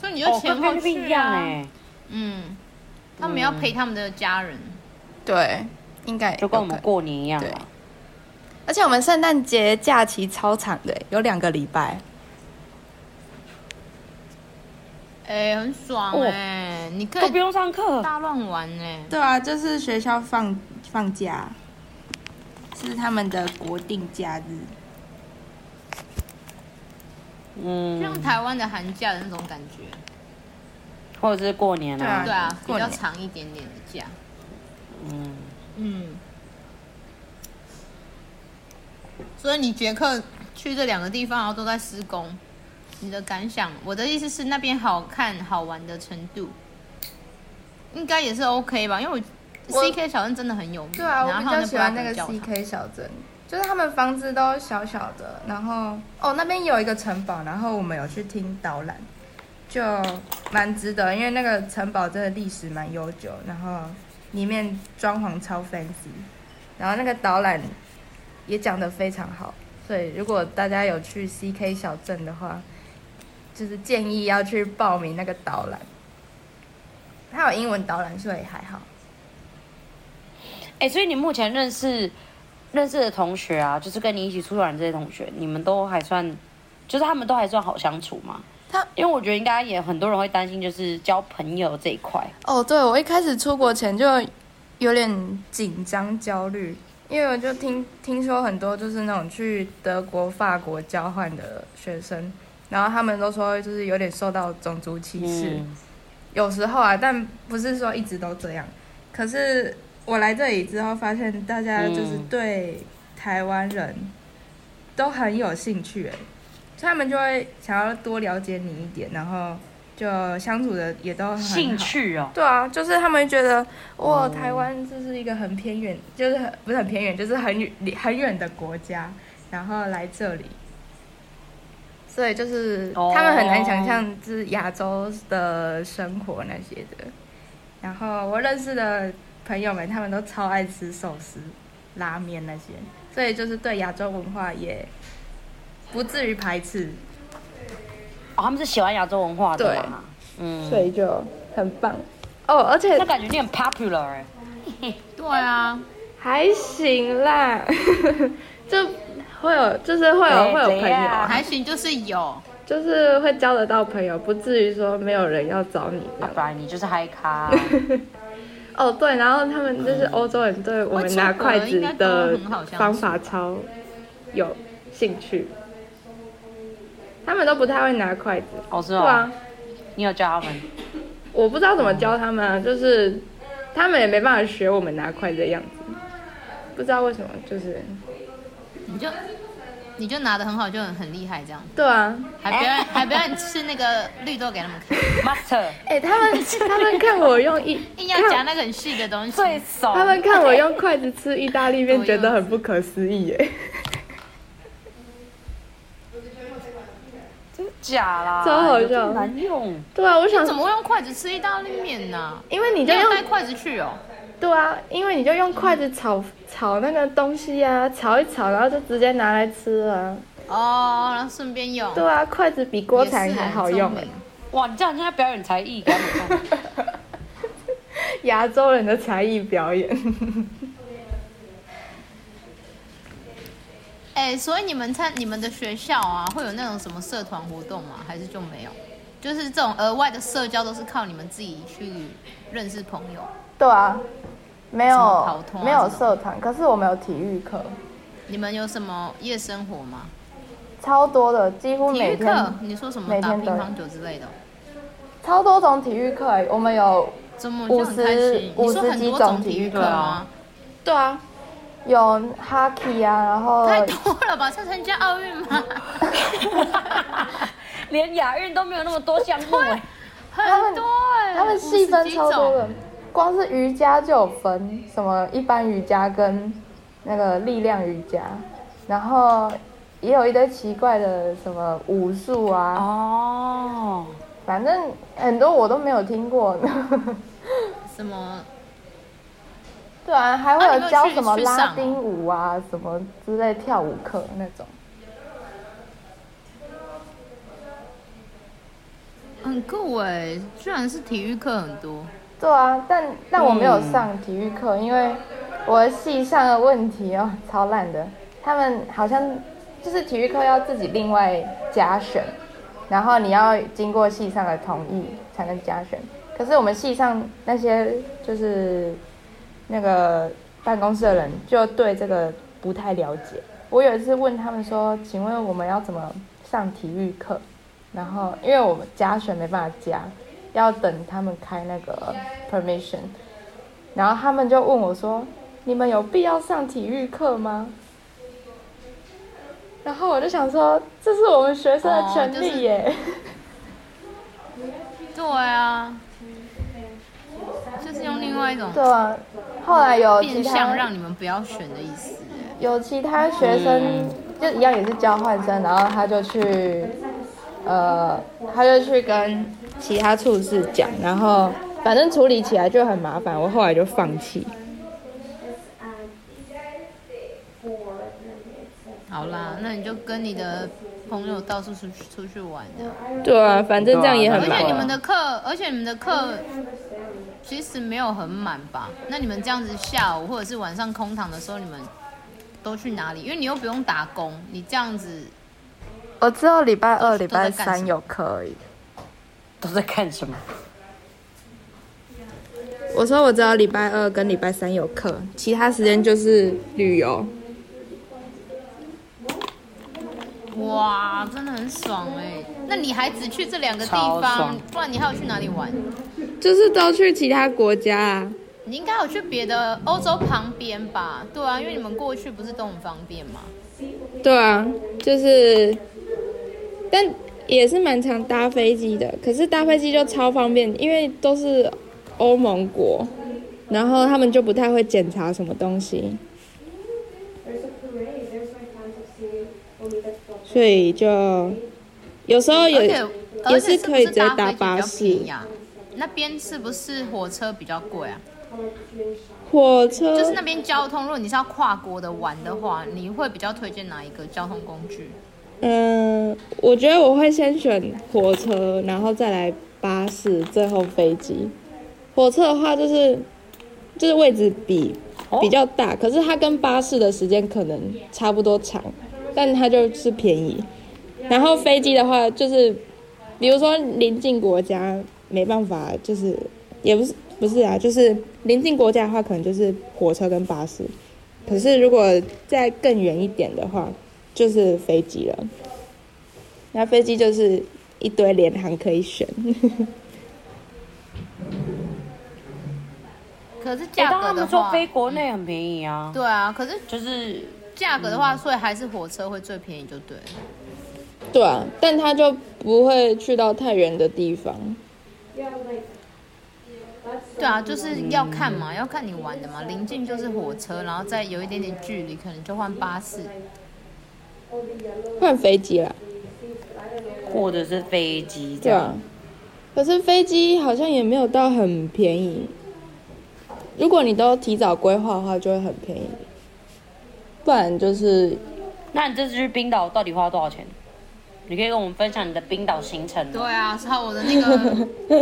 [SPEAKER 2] 所以你就
[SPEAKER 1] 哦，
[SPEAKER 2] 前
[SPEAKER 1] 跟菲律
[SPEAKER 2] 后
[SPEAKER 1] 宾一
[SPEAKER 2] 去
[SPEAKER 1] 样
[SPEAKER 2] 啊，
[SPEAKER 1] 哎，
[SPEAKER 2] 嗯，他们要陪他们的家人，
[SPEAKER 3] 对，应该
[SPEAKER 1] 就跟我们
[SPEAKER 3] 有可
[SPEAKER 1] 过年一样
[SPEAKER 3] 对
[SPEAKER 1] 啊。
[SPEAKER 3] 而且我们圣诞节假期超长的，有两个礼拜。
[SPEAKER 2] 哎、很爽
[SPEAKER 1] 哦
[SPEAKER 2] 哎、你可
[SPEAKER 1] 都不
[SPEAKER 2] 以
[SPEAKER 1] 用上课，
[SPEAKER 2] 大乱玩哎、
[SPEAKER 3] 对啊，就是学校放放假，是他们的国定假日。
[SPEAKER 2] 就
[SPEAKER 1] 嗯，
[SPEAKER 2] 像台湾的寒假的那种感觉。
[SPEAKER 1] 或者是过年啊，
[SPEAKER 2] 对啊，比
[SPEAKER 3] 过
[SPEAKER 2] 较
[SPEAKER 3] 年
[SPEAKER 2] 长一点点的假。
[SPEAKER 1] 嗯，
[SPEAKER 2] 嗯。所以你捷克去这两个地方，然后都在施工，你的感想？我的意思是那边好看好玩的程度，应该也是 OK 吧？因为我
[SPEAKER 3] 我
[SPEAKER 2] CK 小镇真的很有名，
[SPEAKER 3] 对啊，我
[SPEAKER 2] 然
[SPEAKER 3] 比
[SPEAKER 2] 后
[SPEAKER 3] 较
[SPEAKER 2] 呢
[SPEAKER 3] 喜欢
[SPEAKER 2] 布
[SPEAKER 3] 那个
[SPEAKER 2] 拉格教堂
[SPEAKER 3] CK 小镇，就是他们房子都小小的，然后哦那边有一个城堡，然后我们有去听导览，就蛮值得，因为那个城堡真的历史蛮悠久，然后里面装潢超 fancy，然后那个导览也讲得非常好，所以如果大家有去 CK 小镇的话，就是建议要去报名那个导览，它有英文导览，所以还好。
[SPEAKER 1] 哎、所以你目前认识认识的同学啊，就是跟你一起出去玩这些同学，你们都还算，就是他们都还算好相处吗？
[SPEAKER 4] 他
[SPEAKER 1] 因为我觉得应该也很多人会担心，就是交朋友这一块。
[SPEAKER 4] 哦，对，我一开始出国前就有点
[SPEAKER 3] 紧张焦虑，因为我就听听说很多就是那种去德国、法国交换的学生，然后他们都说就是有点受到种族歧视，
[SPEAKER 1] 嗯，
[SPEAKER 3] 有时候啊，但不是说一直都这样。可是我来这里之后，发现大家就是
[SPEAKER 1] 嗯
[SPEAKER 3] 对台湾人都很有兴趣、欸，所以他们就会想要多了解你一点，然后就相处的也都很好
[SPEAKER 1] 兴。趣哦，
[SPEAKER 3] 对啊，就是他们觉得哇，
[SPEAKER 1] 哦
[SPEAKER 3] 台湾这是一个很偏远，就是很不是很偏远，就是很远很远的国家，然后来这里，所以就是、
[SPEAKER 1] 哦
[SPEAKER 3] 他们很难想象就是亚洲的生活那些的。然后我认识的朋友们，他们都超爱吃寿司、拉面那些，所以就是对亚洲文化也不至于排斥。
[SPEAKER 1] 哦，他们是喜欢亚洲文化的嘛？
[SPEAKER 3] 所
[SPEAKER 1] 嗯，
[SPEAKER 3] 以就很棒哦，而且
[SPEAKER 1] 那感觉你很 popular 哎、
[SPEAKER 2] 对啊，
[SPEAKER 3] 还行啦， [LAUGHS] 就会有，就是会有
[SPEAKER 1] 哎
[SPEAKER 3] 会有
[SPEAKER 1] 怎
[SPEAKER 3] 朋友啊，
[SPEAKER 1] 样
[SPEAKER 2] 还行，就是有。
[SPEAKER 3] 就是会交得到朋友，不至于说没有人要找你这
[SPEAKER 1] 啊
[SPEAKER 3] 样
[SPEAKER 1] 不。然你就是嗨咖。
[SPEAKER 2] 啊
[SPEAKER 3] 哦，对，然后他们就是欧洲人对我们拿筷子的方法超有兴趣，他们都不太会拿筷子。
[SPEAKER 1] 哦，是
[SPEAKER 3] 对
[SPEAKER 1] 哦，
[SPEAKER 3] 啊，
[SPEAKER 1] 你有教他们？
[SPEAKER 3] 我不知道怎么教他们啊，就是他们也没办法学我们拿筷子的样子，不知道为什么，就是
[SPEAKER 2] 你就你就拿的很好，就很很厉害这样，
[SPEAKER 1] [LAUGHS]
[SPEAKER 3] 对啊。
[SPEAKER 2] 还不要还不要你吃那个绿豆给他们看，
[SPEAKER 3] [LAUGHS]
[SPEAKER 1] Master
[SPEAKER 3] 哎、他们 [LAUGHS] 他们看我用一
[SPEAKER 2] 硬要夹那个很细的东西，
[SPEAKER 1] 最怂，
[SPEAKER 3] 他们看我用筷子吃意大利面，觉得很不可思议耶，
[SPEAKER 1] 假啦，
[SPEAKER 3] 超好笑
[SPEAKER 1] 有这么难用。
[SPEAKER 3] 对啊，我想
[SPEAKER 2] 怎么会用筷子吃意大利面呢？
[SPEAKER 3] 因为你
[SPEAKER 2] 你
[SPEAKER 3] 就
[SPEAKER 2] 要
[SPEAKER 3] 用
[SPEAKER 2] 带筷子去哦。
[SPEAKER 3] 对啊，因为你就用筷子炒炒那个东西啊，炒一炒，然后就直接拿来吃啊。
[SPEAKER 2] 哦，然后顺便用。
[SPEAKER 3] 对啊，筷子比锅铲还好用
[SPEAKER 2] 哎
[SPEAKER 3] 哎，。
[SPEAKER 1] 哇，你这样人家表演才艺，给他们看。
[SPEAKER 3] [LAUGHS]
[SPEAKER 1] [LAUGHS]
[SPEAKER 3] 亚洲人的才艺表演。
[SPEAKER 2] 哎、所以你们参你们的学校啊，会有那种什么社团活动吗？还是就没有？就是这种额外的社交都是靠你们自己去认识朋友。
[SPEAKER 3] 对啊，没
[SPEAKER 2] 什么跑团啊这种
[SPEAKER 3] 团，可是我们有体育课，
[SPEAKER 2] 你们有什么夜生活吗？
[SPEAKER 3] 超多的，几乎
[SPEAKER 2] 体育课？你说什么
[SPEAKER 3] 每
[SPEAKER 2] 打
[SPEAKER 3] 天
[SPEAKER 2] 乒
[SPEAKER 3] 都有
[SPEAKER 2] 乓球之类的哦？
[SPEAKER 3] 超多种体育课哎，我们有
[SPEAKER 2] 怎么就很开心？
[SPEAKER 3] 50
[SPEAKER 2] 你说很多种体育课吗？
[SPEAKER 3] [LAUGHS] 对啊，有 hockey 啊，然后
[SPEAKER 2] 太多了吧？是参加奥
[SPEAKER 3] [LAUGHS]
[SPEAKER 2] 运吗？
[SPEAKER 1] 连亚运都没有那么多项目哎、
[SPEAKER 2] 很多哎、
[SPEAKER 3] 他们细分超多
[SPEAKER 2] 50
[SPEAKER 3] 的，光是瑜伽就有分什么一般瑜伽跟那个力量瑜伽，然后也有一堆奇怪的什么武术啊，
[SPEAKER 1] 哦，
[SPEAKER 3] 反正很多我都没有听过 [LAUGHS] 呢。
[SPEAKER 2] 几种什么？
[SPEAKER 3] 对啊，还会
[SPEAKER 2] 啊你没
[SPEAKER 3] 有
[SPEAKER 2] 有
[SPEAKER 3] 教
[SPEAKER 2] 去
[SPEAKER 3] 什么
[SPEAKER 2] 去
[SPEAKER 3] 拉
[SPEAKER 2] 上哦
[SPEAKER 3] 丁舞啊，什么之类跳舞课那种。
[SPEAKER 2] 很酷哎、居然是体育课很多。
[SPEAKER 3] 对啊，但但我没有
[SPEAKER 1] 嗯
[SPEAKER 3] 上体育课，因为我的系上的问题哦，超烂的。他们好像就是体育课要自己另外加选，然后你要经过系上的同意才能加选。可是我们系上那些就是那个办公室的人就对这个不太了解。我有一次问他们说：“请问我们要怎么上体育课？”然后因为我们加选没办法加，要等他们开那个 permission，然后他们就问我说：“你们有必要上体育课吗？”然后我就想说，这是我们学生的权
[SPEAKER 2] 哦
[SPEAKER 3] 利耶。
[SPEAKER 2] 对啊，就是用另外一种
[SPEAKER 3] 对啊，后来有
[SPEAKER 2] 变
[SPEAKER 3] 其
[SPEAKER 2] 相
[SPEAKER 3] 他
[SPEAKER 2] 让你们不要选的意思欸。
[SPEAKER 3] 有其他学生、就一样也是交换生，然后他就去，呃，他就去跟其他处室讲，然后反正处理起来就很麻烦，我后来就放弃。
[SPEAKER 2] 好啦，那你就跟你的朋友到处出去出去玩这样
[SPEAKER 3] 对啊，反正这样也很
[SPEAKER 2] 而
[SPEAKER 3] 麻
[SPEAKER 2] 且你
[SPEAKER 3] 烦。
[SPEAKER 2] 们的课，而且你们的课其实没有很满吧？那你们这样子下午或者是晚上空堂的时候，你们都去哪里？因为你又不用打工，你这样子
[SPEAKER 4] 我只有礼拜二、礼拜
[SPEAKER 2] 都在干什
[SPEAKER 4] 三
[SPEAKER 2] 么
[SPEAKER 4] 有课而已。
[SPEAKER 1] 都在干什么？
[SPEAKER 3] 我说我只有礼拜二跟礼拜三有课，其他时间就是旅游。
[SPEAKER 2] 哇，真的很爽哎、那你还只去这两个地
[SPEAKER 1] 超爽
[SPEAKER 2] 方，不然你还有去哪里玩？
[SPEAKER 3] 就是都去其他国家啊。
[SPEAKER 2] 你应该有去别的欧洲旁边吧？对啊，因为你们过去不是都很方便嘛。
[SPEAKER 3] 对啊，就是，但也是蛮常搭飞机的。可是搭飞机就超方便，因为都是欧盟国，然后他们就不太会检查什么东西，所以就有时候有
[SPEAKER 2] 而且而
[SPEAKER 3] 也
[SPEAKER 2] 且
[SPEAKER 3] 是
[SPEAKER 2] 是
[SPEAKER 3] 可以
[SPEAKER 2] 不是
[SPEAKER 3] 直接
[SPEAKER 2] 搭
[SPEAKER 3] 搭
[SPEAKER 2] 飞机
[SPEAKER 3] 巴
[SPEAKER 2] 比较便宜
[SPEAKER 3] 士、
[SPEAKER 2] 啊？那边是不是火车比较贵啊？
[SPEAKER 3] 火车，
[SPEAKER 2] 就是那边交通，如果你是要跨国的玩的话，你会比较推荐哪一个交通工具？
[SPEAKER 3] 嗯，我觉得我会先选火车，然后再来巴士，最后飞机。火车的话就是就是位置比比较大，可是它跟巴士的时间可能差不多长，但它就是便宜。然后飞机的话就是，比如说邻近国家没办法，就是也不是不是啊，就是邻近国家的话，可能就是火车跟巴士。可是如果再更远一点的话，就是飞机了。那飞机就是一堆联航可以 [LAUGHS] 选，
[SPEAKER 2] 可是
[SPEAKER 1] 欸
[SPEAKER 2] 价
[SPEAKER 1] 当
[SPEAKER 2] 格
[SPEAKER 1] 他
[SPEAKER 2] 的
[SPEAKER 1] 们说
[SPEAKER 2] 话，
[SPEAKER 1] 飞国内很便宜啊，
[SPEAKER 2] 对啊，可是
[SPEAKER 1] 就是
[SPEAKER 2] 价格的话，所以还是火车会最便宜，就对了。
[SPEAKER 3] 对啊，但它就不会去到太远的地方。
[SPEAKER 2] 对啊，就是要看嘛，要看你玩的嘛。临近就是火车，然后再有一点点距离，可能就换巴士。
[SPEAKER 3] 换飞机啦，
[SPEAKER 1] 或者是飞机这
[SPEAKER 3] 对
[SPEAKER 1] 样
[SPEAKER 3] 啊。。可是飞机好像也没有到很便宜，如果你都提早规划的话，就会很便宜。不然就是
[SPEAKER 1] 那你这次去冰岛到底花多少钱？你可以跟我们分享你的冰岛行程吗
[SPEAKER 2] 对啊，是我的
[SPEAKER 3] [LAUGHS]
[SPEAKER 2] 那个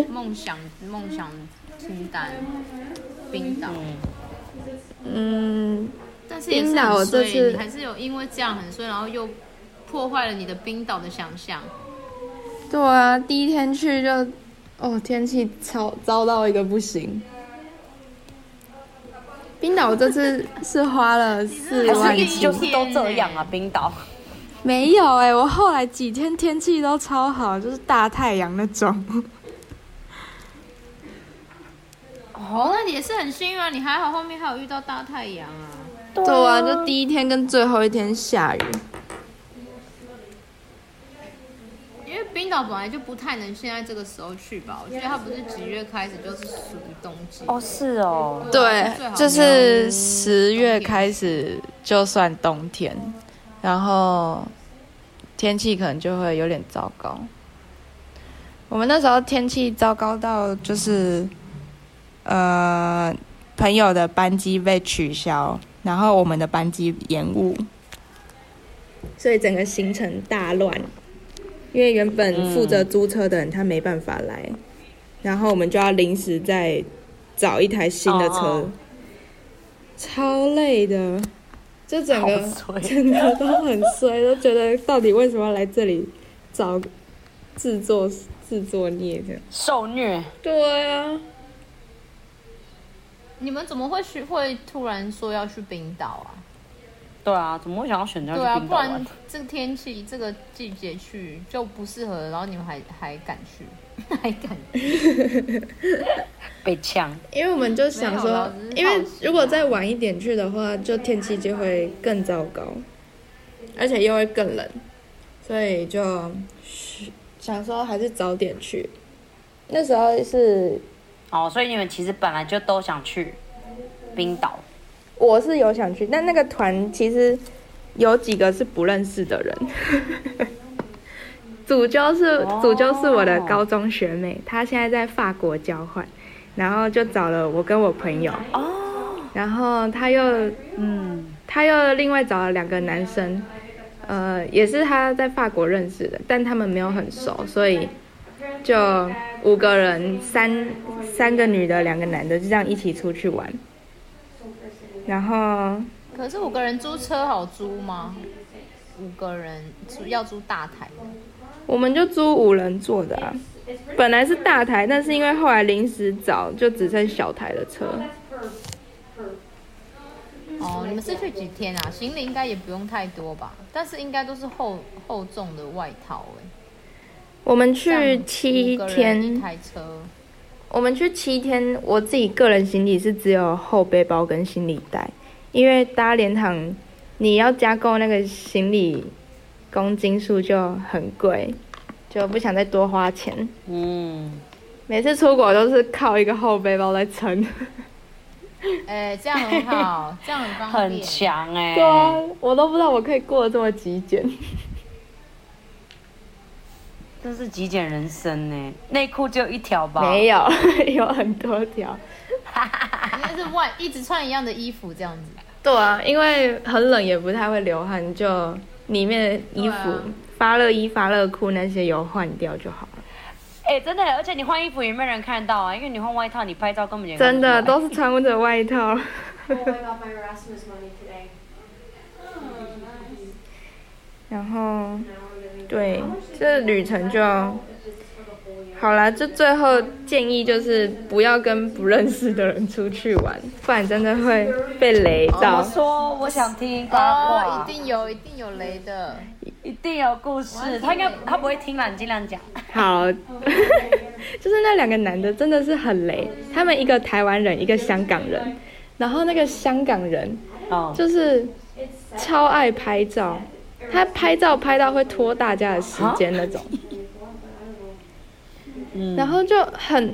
[SPEAKER 2] 梦想梦想清单，冰岛。
[SPEAKER 3] 嗯，
[SPEAKER 2] 但是也是
[SPEAKER 3] 冰岛
[SPEAKER 2] 很
[SPEAKER 3] 我这
[SPEAKER 2] 衰，
[SPEAKER 3] 次
[SPEAKER 2] 你还是有因为这样很衰，然后又破坏了你的冰岛的想象。
[SPEAKER 3] 对啊，第一天去就哦，天气超糟到一个不行。冰岛我这次是花了四
[SPEAKER 1] 还是
[SPEAKER 3] 万
[SPEAKER 2] 还
[SPEAKER 1] 一
[SPEAKER 3] 几
[SPEAKER 1] 直就是都这样啊？
[SPEAKER 2] 天
[SPEAKER 1] 冰岛，
[SPEAKER 3] 没有哎、我后来几天天气都超好，就是大太阳那种。
[SPEAKER 2] 哦，那你也是很幸运啊，你还好后面还有遇到大太阳啊。
[SPEAKER 3] 对啊，就第一天跟最后一天下雨。
[SPEAKER 2] 因为冰岛本来就不太能现在这个时候去吧，我觉得它不是几月开始就是属于冬季。
[SPEAKER 1] 哦，是哦，
[SPEAKER 4] 对
[SPEAKER 2] 最好，没
[SPEAKER 4] 就
[SPEAKER 2] 有
[SPEAKER 4] 是十月开始就算冬天，然后天气可能就会有点糟糕。我们那时候天气糟糕到就是，呃，朋友的班机被取消，然后我们的班机延误。
[SPEAKER 3] 所以整个行程大乱，因为原
[SPEAKER 4] 嗯
[SPEAKER 3] 本负责租车的人他没办法来，然后我们就要临时再找一台新的车，
[SPEAKER 1] 哦
[SPEAKER 3] 超累的，就整个
[SPEAKER 1] 好衰
[SPEAKER 3] [LAUGHS] 整个都很衰，都觉得到底为什么要来这里找自作自作孽的？
[SPEAKER 1] 受虐。
[SPEAKER 3] 对啊，
[SPEAKER 2] 你们怎么会去会突然说要去冰岛啊？
[SPEAKER 1] 对啊，怎么会想要选择去
[SPEAKER 2] 对啊，
[SPEAKER 1] 冰
[SPEAKER 2] 不
[SPEAKER 1] 岛
[SPEAKER 2] 然
[SPEAKER 1] 玩？
[SPEAKER 2] 这个天气这个季节去就不适合，然后你们还还敢去， [LAUGHS] 还敢
[SPEAKER 1] 被呛，
[SPEAKER 3] 因为我们就想
[SPEAKER 2] 没有啦
[SPEAKER 3] 说
[SPEAKER 2] 我只，是
[SPEAKER 3] 因为
[SPEAKER 2] 好啊奇
[SPEAKER 3] 如果再晚一点去的话，就天气就会更糟糕，而且又会更冷，所以就想说还是早点去。那时候是
[SPEAKER 1] 哦，所以你们其实本来就都想去冰岛，
[SPEAKER 3] 我是有想去，但那个团其实有几个是不认识的人。 [LAUGHS] 主教是
[SPEAKER 1] 哦
[SPEAKER 3] 主教是我的高中学妹，她现在在法国交换，然后就找了我跟我朋友，
[SPEAKER 1] 哦，
[SPEAKER 3] 然后她又
[SPEAKER 1] 嗯，
[SPEAKER 3] 她又另外找了两个男生，呃，也是她在法国认识的，但他们没有很熟，所以就五个人，三三个女的，两个男的，就这样一起出去玩。然后
[SPEAKER 2] 可是五个人租车好租吗？五个人租要租大台，
[SPEAKER 3] 我们就租五人座的啊，本来是大台，但是因为后来临时找，就只剩小台的车。
[SPEAKER 2] 哦，你们是去几天啊？行李应该也不用太多吧，但是应该都是厚厚重的外套哎、
[SPEAKER 3] 我们
[SPEAKER 2] 这样
[SPEAKER 3] 去七
[SPEAKER 2] 五个人一
[SPEAKER 3] 天，
[SPEAKER 2] 台车，
[SPEAKER 3] 我们去七天，我自己个人行李是只有后背包跟行李袋，因为搭联航你要加购那个行李公斤数就很贵，就不想再多花钱。
[SPEAKER 1] 嗯，
[SPEAKER 3] 每次出国都是靠一个后背包在撑。
[SPEAKER 2] 哎、这样很好，这样很方
[SPEAKER 1] 很
[SPEAKER 2] 便。
[SPEAKER 1] 强哎、
[SPEAKER 3] [LAUGHS] 对啊，我都不知道我可以过得这么极简。
[SPEAKER 1] 这是极简人生呢、欸内裤只有一条吧？ [LAUGHS]
[SPEAKER 3] 没有， [LAUGHS] 有很多条。
[SPEAKER 2] 应该是外一直穿一样的衣服这样子。
[SPEAKER 3] 对啊，因为很冷也不太会流汗，就里面的衣服、
[SPEAKER 2] 对啊
[SPEAKER 3] 发热衣、发热裤那些有换掉就好了。
[SPEAKER 1] 哎、真的，而且你换衣服也没人看到啊，因为你换外套，你拍照根本就
[SPEAKER 3] 真的都是穿着外
[SPEAKER 2] Oh,
[SPEAKER 3] 套。Oh, 然后，对，这旅程就好啦。就最后建议就是不要跟不认识的人出去玩，不然真的会被雷到。
[SPEAKER 1] 我说我想听八
[SPEAKER 2] 哦
[SPEAKER 1] 卦，，
[SPEAKER 2] 一定有，一定有雷的。
[SPEAKER 1] 一定有故事。他应该他不会听啦，你尽量讲。
[SPEAKER 3] 好， [LAUGHS] 就是那两个男的真的是很雷，他们一个台湾人，一个香港人，然后那个香港人
[SPEAKER 1] [LAUGHS] 哦，
[SPEAKER 3] 就是超爱拍照，他拍照拍到会拖大家的时间那种，
[SPEAKER 1] 嗯
[SPEAKER 3] 然后就很，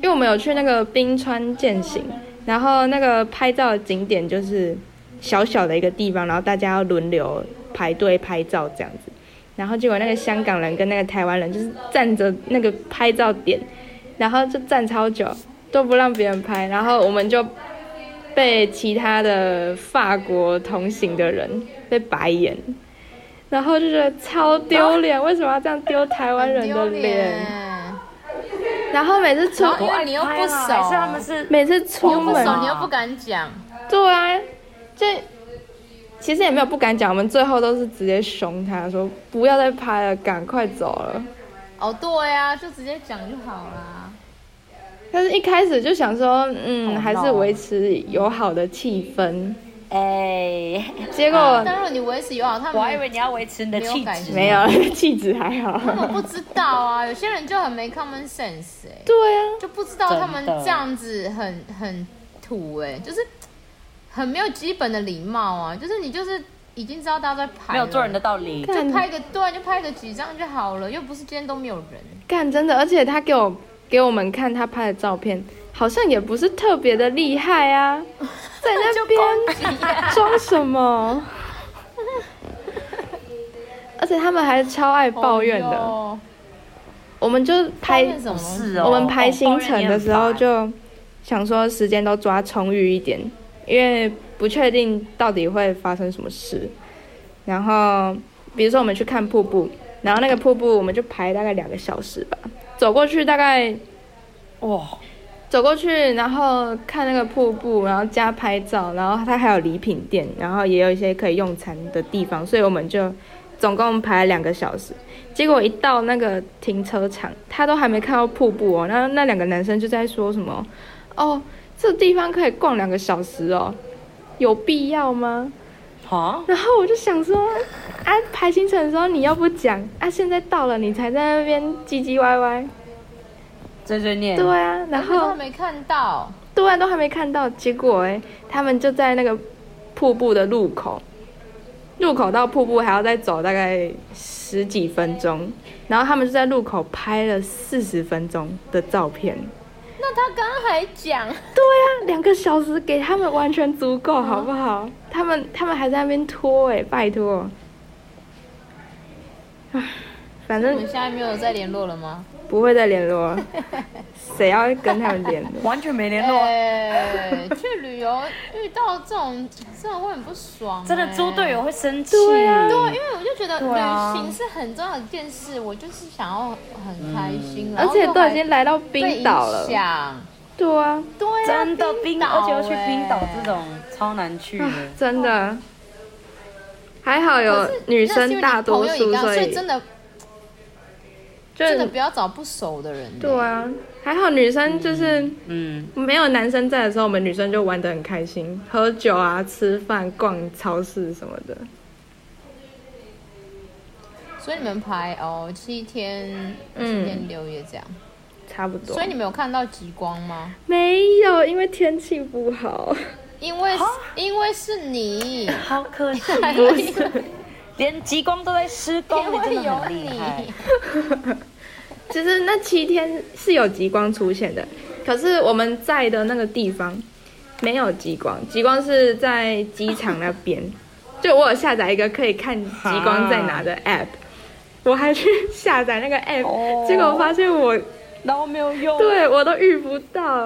[SPEAKER 3] 因为我们有去那个冰川践行，然后那个拍照的景点就是小小的一个地方，然后大家要轮流排队拍照这样子，然后结果那个香港人跟那个台湾人就是站着那个拍照点，然后就站超久都不让别人拍，然后我们就被其他的法国同行的人被白眼。然后就觉得超丢脸，为什么要这样丢台湾人的
[SPEAKER 2] 很丢
[SPEAKER 3] 脸？
[SPEAKER 2] 脸，
[SPEAKER 3] 然后每次出
[SPEAKER 2] 然后因为你又
[SPEAKER 1] 哎
[SPEAKER 2] 不熟，
[SPEAKER 1] 啊还是他们是啊
[SPEAKER 3] 每次出
[SPEAKER 2] 不
[SPEAKER 3] 门，
[SPEAKER 2] 熟你又不敢讲，
[SPEAKER 3] 对啊，就其实也没有不敢讲，我们最后都是直接凶他说不要再拍了，赶快走了。
[SPEAKER 2] 哦对呀、就直接讲就好啦。
[SPEAKER 3] 但是一开始就想说，嗯，
[SPEAKER 1] 好
[SPEAKER 2] 啊
[SPEAKER 3] 还是
[SPEAKER 1] 闹
[SPEAKER 3] 维持友好的气氛。
[SPEAKER 1] 哎，
[SPEAKER 3] 结果、
[SPEAKER 2] 但如果你维持友好，
[SPEAKER 1] [LAUGHS]
[SPEAKER 2] 他
[SPEAKER 1] 我还以
[SPEAKER 2] 们
[SPEAKER 1] 为你要维持你的气质。
[SPEAKER 3] 没有， [LAUGHS] 气质还
[SPEAKER 2] 他们
[SPEAKER 3] 好。
[SPEAKER 2] 不知道啊，有些人就很没 common sense 哎、
[SPEAKER 3] 对啊，
[SPEAKER 2] 就不知道他们
[SPEAKER 1] 真的
[SPEAKER 2] 这样子很很土哎、就是很没有基本的礼貌啊，就是你就是已经知道大家在排，
[SPEAKER 1] 没有做人的。道理。
[SPEAKER 3] 干
[SPEAKER 2] 拍个对，就拍个几张就好了，又不是今天都没有人。
[SPEAKER 3] 干真的，而且他给我给我们看他拍的照片，好像也不是特别的厉害啊，
[SPEAKER 2] [LAUGHS]
[SPEAKER 3] 在那边装什么？而且他们还超爱抱怨的，
[SPEAKER 2] 啊哦
[SPEAKER 3] 我们就
[SPEAKER 2] 拍
[SPEAKER 3] 拍
[SPEAKER 2] 什么东西？
[SPEAKER 1] 是哦，
[SPEAKER 3] 我们拍
[SPEAKER 1] 哦
[SPEAKER 3] 行程的时候，就想说时间都抓充裕一点，因为不确定到底会发生什么事。然后比如说我们去看瀑布，然后那个瀑布我们就排大概两个小时吧，走过去大概
[SPEAKER 1] 哇，
[SPEAKER 3] 走过去，然后看那个瀑布，然后加拍照，然后它还有礼品店，然后也有一些可以用餐的地方，所以我们就总共排了两个小时。结果一到那个停车场，他都还没看到瀑布哦，然后那两个男生就在说什么：“哦，这地方可以逛两个小时哦，有必要吗？”
[SPEAKER 1] 啊，
[SPEAKER 3] 然后我就想说，啊，排行程的时候你要不讲啊，现在到了你才在那边唧唧歪歪，
[SPEAKER 1] 碎碎念。
[SPEAKER 3] 对啊，然
[SPEAKER 2] 然后
[SPEAKER 3] 后
[SPEAKER 2] 他。没看到，
[SPEAKER 3] 对啊，都还没看到，结果哎、他们就在那个瀑布的入口，入口到瀑布还要再走大概十几分钟，然后他们就在路口拍了四十分钟的照片，
[SPEAKER 2] 那他刚刚还讲，
[SPEAKER 3] 对啊，两个小时给他们完全足够，好不好？他们他们还在那边拖哎、拜托。唉反
[SPEAKER 2] 你们
[SPEAKER 3] 正
[SPEAKER 2] 现在没有再联络了吗？
[SPEAKER 3] 不会再联络 [LAUGHS] 了，谁要跟他们 [LAUGHS] 联络？
[SPEAKER 1] 完全没联络啊。
[SPEAKER 3] [LAUGHS]
[SPEAKER 2] 哎，去旅游遇到这种，这种会很不爽、
[SPEAKER 1] 真的
[SPEAKER 2] 哎
[SPEAKER 1] 猪队友。会生气。
[SPEAKER 3] 对啊
[SPEAKER 2] 对，因为我就觉得
[SPEAKER 1] 对啊
[SPEAKER 2] 旅行是很重要的一件事，我就是想要很开心，然
[SPEAKER 3] 嗯而
[SPEAKER 2] 后
[SPEAKER 3] 且
[SPEAKER 2] 又
[SPEAKER 3] 都
[SPEAKER 2] 还
[SPEAKER 3] 已经来到
[SPEAKER 2] 被
[SPEAKER 3] 冰岛了
[SPEAKER 2] 影，响
[SPEAKER 3] 对啊，
[SPEAKER 2] 对啊，
[SPEAKER 1] 真的冰，
[SPEAKER 2] 岛
[SPEAKER 1] 而且又去冰岛
[SPEAKER 2] 哎
[SPEAKER 1] 这种超难去的。
[SPEAKER 3] 啊真的。还好有女生大多
[SPEAKER 2] 那是因为
[SPEAKER 3] 数，
[SPEAKER 2] 你朋友也刚所
[SPEAKER 3] 所
[SPEAKER 2] 以
[SPEAKER 3] 以
[SPEAKER 2] 真的
[SPEAKER 3] 就
[SPEAKER 2] 真的不要找不熟的人。
[SPEAKER 3] 对啊，还好女生就是
[SPEAKER 1] 嗯，
[SPEAKER 3] 没有男生在的时候，我们女生就玩得很开心，喝酒啊、吃饭、逛超市什么的。
[SPEAKER 2] 所以你们排哦七天，七
[SPEAKER 3] 嗯，
[SPEAKER 2] 天六夜这样。
[SPEAKER 3] 差不多
[SPEAKER 2] 所以。你们有看到极光吗？
[SPEAKER 3] 没有，因为天气不好。
[SPEAKER 2] 因为因为是你，
[SPEAKER 1] 好可
[SPEAKER 3] [LAUGHS]
[SPEAKER 1] 惜，
[SPEAKER 2] 还有一个
[SPEAKER 1] 连极光都在施工，
[SPEAKER 2] 因
[SPEAKER 1] 你真
[SPEAKER 2] 为
[SPEAKER 1] 的
[SPEAKER 2] 有
[SPEAKER 1] 很厉害
[SPEAKER 2] 你。，
[SPEAKER 3] 就是那七天是有极光出现的，可是我们在的那个地方没有极光，极光是在机场那边。就我有下载一个可以看极光在哪的 app，我还去下载那个 app，、
[SPEAKER 1] 哦
[SPEAKER 3] 结果我发现我
[SPEAKER 1] 然后没有用，
[SPEAKER 3] 对我都遇不到。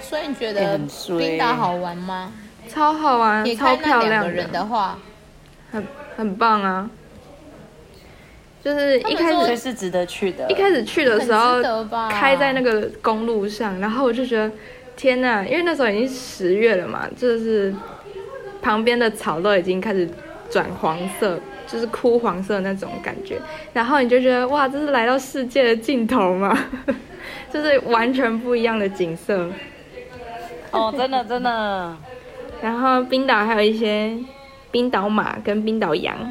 [SPEAKER 2] 所以你觉
[SPEAKER 1] 也
[SPEAKER 2] 得
[SPEAKER 1] 很衰
[SPEAKER 2] 冰岛好玩吗？
[SPEAKER 3] 超好玩
[SPEAKER 2] 撇，
[SPEAKER 3] 嗯超
[SPEAKER 2] 开
[SPEAKER 3] 漂
[SPEAKER 2] 那两
[SPEAKER 3] 亮
[SPEAKER 2] 个人
[SPEAKER 3] 的，
[SPEAKER 2] 的话，
[SPEAKER 3] 很很棒啊！就是一开
[SPEAKER 2] 他们
[SPEAKER 1] 所以
[SPEAKER 3] 始
[SPEAKER 1] 是值得去的。
[SPEAKER 3] 一开始去的
[SPEAKER 2] 很值
[SPEAKER 3] 时候，
[SPEAKER 2] 得吧？
[SPEAKER 3] 开在那个公路上，然后我就觉得天呐，因为那时候已经十月了嘛，就是旁边的草都已经开始转黄色，就是枯黄色那种感觉，然后你就觉得哇，这是来到世界的尽头嘛， [LAUGHS] 就是完全不一样的景色。
[SPEAKER 1] 哦，真的真的，
[SPEAKER 3] 然后冰岛还有一些冰岛马跟冰岛羊，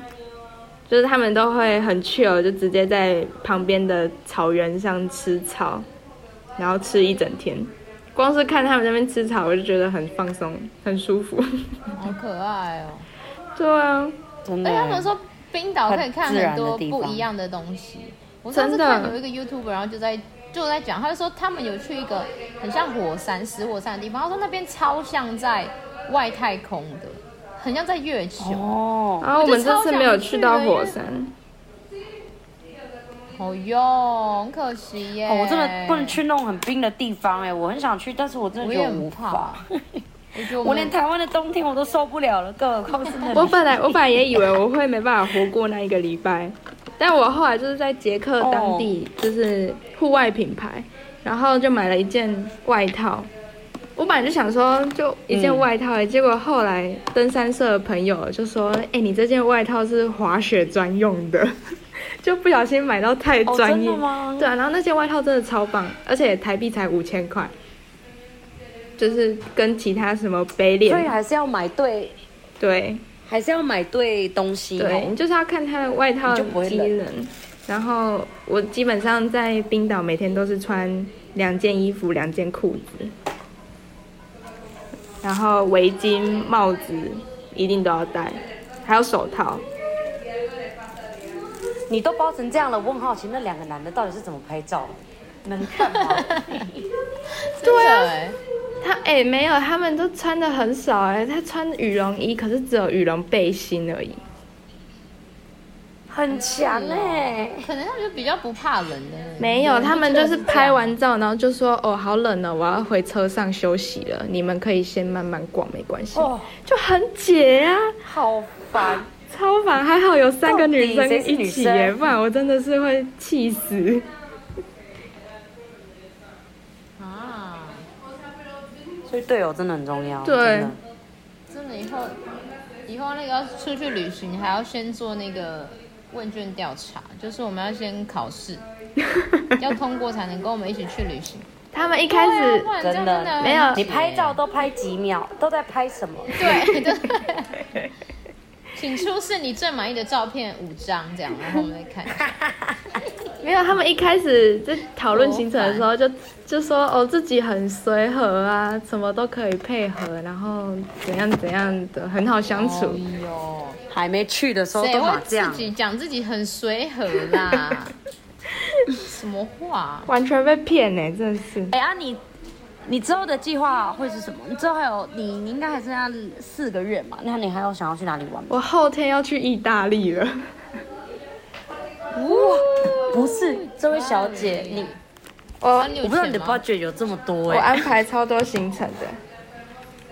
[SPEAKER 3] 就是他们都会很 chill，就直接在旁边的草原上吃草，然后吃一整天。光是看他们那边吃草，我就觉得很放松，很舒服。 [LAUGHS]
[SPEAKER 2] 好可爱哦。
[SPEAKER 3] 对啊，
[SPEAKER 1] 真
[SPEAKER 2] 而
[SPEAKER 1] 的。
[SPEAKER 2] 且他们说冰岛可以看很多不一样的东西。我上次看
[SPEAKER 3] 真的
[SPEAKER 2] 有一个 YouTube，然后就在就在讲，他就说他们有去一个很像火山死火山的地方，他说那边超像在外太空的，很像在月球，
[SPEAKER 1] 哦，
[SPEAKER 3] 然后我们
[SPEAKER 2] 我就
[SPEAKER 3] 这
[SPEAKER 2] 超
[SPEAKER 3] 次没有
[SPEAKER 2] 想
[SPEAKER 3] 去
[SPEAKER 2] 去
[SPEAKER 3] 到
[SPEAKER 2] 的
[SPEAKER 3] 火
[SPEAKER 2] 因为
[SPEAKER 3] 山，
[SPEAKER 2] 好哦哟，很可惜耶。
[SPEAKER 1] 哦我真的不能，去那种很冰的地方哎，我很想去，但是我真的
[SPEAKER 2] 我
[SPEAKER 1] 觉
[SPEAKER 2] 也
[SPEAKER 1] 得
[SPEAKER 2] 很
[SPEAKER 1] 无
[SPEAKER 2] 怕
[SPEAKER 1] 法。
[SPEAKER 2] 我觉得
[SPEAKER 1] 我
[SPEAKER 2] 我
[SPEAKER 1] 连
[SPEAKER 2] 们
[SPEAKER 1] 台湾的冬天我都受不了了，更何况是那里。
[SPEAKER 3] 我本来我本来也以为我会没办法活过那一个礼拜，但我后来就是在捷克当地
[SPEAKER 1] 哦
[SPEAKER 3] 就是户外品牌，然后就买了一件外套。我本来就想说就一
[SPEAKER 1] 嗯
[SPEAKER 3] 件外套、结果后来登山社的朋友就说：“哎、你这件外套是滑雪专用的。” [LAUGHS] 就不小心买到太
[SPEAKER 1] 哦
[SPEAKER 3] 专
[SPEAKER 1] 真
[SPEAKER 3] 业，
[SPEAKER 1] 的吗
[SPEAKER 3] 对啊，然后那件外套真的超棒，而且台币才五千块，就是跟其他什么北
[SPEAKER 1] 所以
[SPEAKER 3] 脸
[SPEAKER 1] 还是要买对，
[SPEAKER 3] 对
[SPEAKER 1] 还是要买对东西哦。
[SPEAKER 3] 对，你就是要看它的外套
[SPEAKER 1] 你就不会
[SPEAKER 3] 机
[SPEAKER 1] 冷
[SPEAKER 3] 能。然后我基本上在冰岛每天都是穿两件衣服、两件裤子，然后围巾、帽子一定都要戴，还有手套。
[SPEAKER 1] 你都包成这样了，我很好奇那两个男的到底是怎么拍照的，能看 [LAUGHS] 吗？
[SPEAKER 2] 对啊，
[SPEAKER 3] 他哎、没有，他们都穿的很少哎、他穿羽绒衣，可是只有羽绒背心而已。
[SPEAKER 1] 很强哎、
[SPEAKER 2] 可能他们就比较不怕冷的人。
[SPEAKER 3] 没有，他们就是拍
[SPEAKER 2] 这
[SPEAKER 3] 完
[SPEAKER 2] 样
[SPEAKER 3] 照，然后就说：“哦，好冷哦，我要回车上休息了，你们可以先慢慢逛，没关系。”
[SPEAKER 1] 哦，
[SPEAKER 3] 就很解啊，
[SPEAKER 1] 好烦。
[SPEAKER 3] 超烦！还好有三个女
[SPEAKER 1] 到底谁是
[SPEAKER 3] 生
[SPEAKER 1] 女
[SPEAKER 3] 一起耶，
[SPEAKER 1] 生
[SPEAKER 3] 不然我真的是会气死。
[SPEAKER 2] 啊，
[SPEAKER 1] 所以队友真的很重要。
[SPEAKER 3] 对
[SPEAKER 1] 真的
[SPEAKER 2] 真的以后以后那个要出去旅行，还要先做那个问卷调查，就是我们要先考
[SPEAKER 3] [LAUGHS]
[SPEAKER 2] 试，要通过才能跟我们一起去旅行。啊
[SPEAKER 3] 他们一开始
[SPEAKER 2] 不然这样真的
[SPEAKER 3] 没有
[SPEAKER 1] 你拍照都拍几秒，都在拍什么？
[SPEAKER 2] 对对。请出示你最满意的照片五张，这样，然后我们再
[SPEAKER 3] [LAUGHS]
[SPEAKER 2] 看。
[SPEAKER 3] 没有，他们一开始在讨论行程的时候就就说哦自己很随和啊，什么都可以配合，然后怎样怎样的，很好相处。
[SPEAKER 2] 哦哟，
[SPEAKER 1] 还没去的时候
[SPEAKER 2] 谁
[SPEAKER 1] 都嘛
[SPEAKER 2] 会
[SPEAKER 1] 这样
[SPEAKER 3] [LAUGHS]
[SPEAKER 2] 自，己讲自己很随和啦？什么话啊、
[SPEAKER 5] 完全被骗呢、
[SPEAKER 3] 欸
[SPEAKER 5] 真的是。
[SPEAKER 1] 哎、啊你，你之后的计划会是什么？你之后还有你，你应该还剩下四个月嘛？那你还有想要去哪里玩吗？
[SPEAKER 5] 我后天要去意大利了，
[SPEAKER 1] 不是，这位小姐，你
[SPEAKER 3] 我
[SPEAKER 2] 啊你
[SPEAKER 1] 我
[SPEAKER 2] 有
[SPEAKER 1] 不知道你
[SPEAKER 2] 钱
[SPEAKER 1] 的
[SPEAKER 2] 吗？
[SPEAKER 1] budget 有这么多
[SPEAKER 3] 我
[SPEAKER 1] 哦哎、
[SPEAKER 3] 安排超多行程的，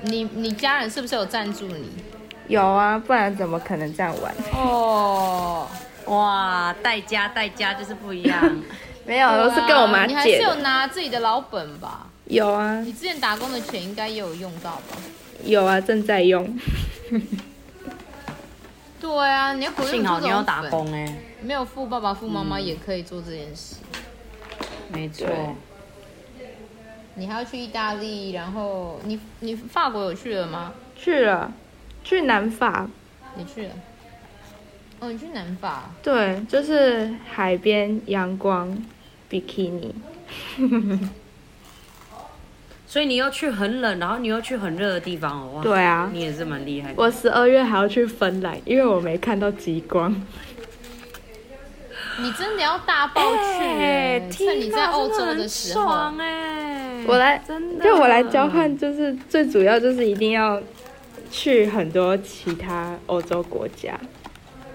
[SPEAKER 2] 你你家人是不是有赞助你？
[SPEAKER 3] 有啊，不然怎么可能这样玩？
[SPEAKER 2] 哦，
[SPEAKER 1] 哇，代价代价就是不 [LAUGHS] 一样。
[SPEAKER 3] 没有，
[SPEAKER 2] 我
[SPEAKER 3] 哦都是跟我妈
[SPEAKER 2] 你还是
[SPEAKER 3] 借
[SPEAKER 2] 有
[SPEAKER 3] 的。
[SPEAKER 2] 拿自己的老本吧？
[SPEAKER 5] 有啊
[SPEAKER 2] 你之前打工的钱应该也有用到吧？
[SPEAKER 5] 有啊，正在用。
[SPEAKER 2] 对啊，你要鼓励
[SPEAKER 1] 幸好你有打，工嗯哎、
[SPEAKER 2] 没有付爸爸付妈妈也可以做这件事。
[SPEAKER 1] 没错。
[SPEAKER 2] 你还要去意大利，然后你你法国有去了吗？
[SPEAKER 5] 去了，去南法，
[SPEAKER 2] 你去了？哦，你去南法，
[SPEAKER 5] 对，就是海边阳光比基尼。
[SPEAKER 1] 所以你又去很冷，然后你又去很热的地方哦。哇
[SPEAKER 5] 对啊
[SPEAKER 1] 你也是蛮厉害的。
[SPEAKER 5] 我十二月还要去芬兰，因为我没看到极光。
[SPEAKER 2] 你真的要大爆去、欸趁你在欧洲的时候，
[SPEAKER 1] 哎、
[SPEAKER 5] 我来，
[SPEAKER 1] 真的
[SPEAKER 5] 就我来交换，就是最主要就是一定要去很多其他欧洲国家，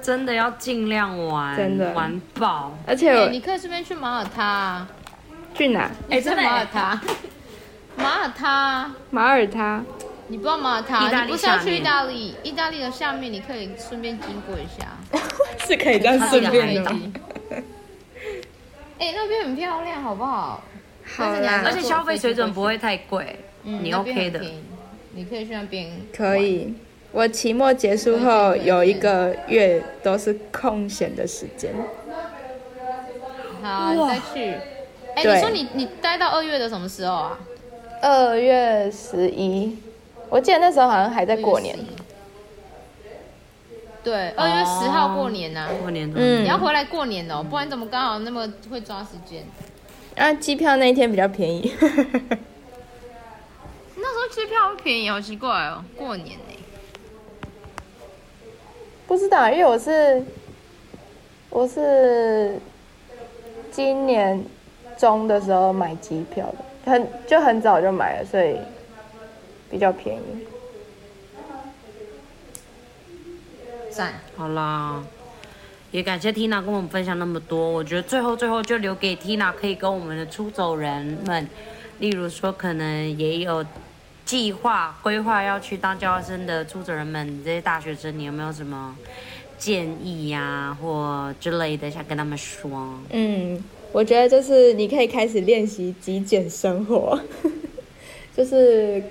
[SPEAKER 1] 真的要尽量玩，
[SPEAKER 5] 真的
[SPEAKER 1] 玩爆。
[SPEAKER 5] 而且
[SPEAKER 2] 对、
[SPEAKER 5] 我
[SPEAKER 2] 哎你可以顺便去马耳他、啊，
[SPEAKER 5] 去哪？
[SPEAKER 1] 哎
[SPEAKER 2] 你在
[SPEAKER 1] 真的欸
[SPEAKER 2] 马耳他， [LAUGHS] 马耳他，
[SPEAKER 5] 马耳他。
[SPEAKER 2] 你不知道马耳
[SPEAKER 1] 意大
[SPEAKER 2] 他，
[SPEAKER 1] 利
[SPEAKER 2] 你不是要
[SPEAKER 1] 下
[SPEAKER 2] 去
[SPEAKER 1] 面
[SPEAKER 2] 意大利？意大利的下面你可以顺便经过一下，
[SPEAKER 5] 是可以这样顺便的
[SPEAKER 1] 它是
[SPEAKER 5] 吗
[SPEAKER 1] 海？
[SPEAKER 2] 哎、那边很漂亮，好不好？
[SPEAKER 5] 好
[SPEAKER 2] 但是你
[SPEAKER 5] 啦
[SPEAKER 2] 还是
[SPEAKER 1] 而且消费水准不会太贵，
[SPEAKER 2] 嗯，
[SPEAKER 1] 你
[SPEAKER 2] 那边
[SPEAKER 1] OK
[SPEAKER 2] 很
[SPEAKER 1] 的
[SPEAKER 2] 便宜，你可以去那边
[SPEAKER 5] 可以。我期末结束后有一个月都是空闲的时间，
[SPEAKER 2] 好，你再去。哎、
[SPEAKER 5] 对
[SPEAKER 2] 你说你你待到二月的什么时候啊？
[SPEAKER 3] 二月十一，我记得那时候好像还在过年
[SPEAKER 2] 二月。十一。对，二月十号过年呐、
[SPEAKER 1] 过年的。
[SPEAKER 2] 你
[SPEAKER 3] 嗯
[SPEAKER 2] 要，回来过年哦、不然怎么刚好那么会抓时间？
[SPEAKER 3] 然后机票那一天比较便宜。 [LAUGHS]
[SPEAKER 2] 那时候机票会便宜，好奇怪哦、过年呢、
[SPEAKER 3] 不知道，因为我是我是今年中的时候买机票的，很就很早就买了，所以比较便宜。
[SPEAKER 2] 赞，
[SPEAKER 1] 好啦，也感谢 Tina 跟我们分享那么多。我觉得最后最后就留给 Tina 可以跟我们的出走人们，例如说可能也有计划规划要去当交换生的出走人们，这些大学生，你有没有什么建议呀、或之类的想跟他们说？
[SPEAKER 5] 嗯，我觉得就是你可以开始练习极简生活， [LAUGHS] 就是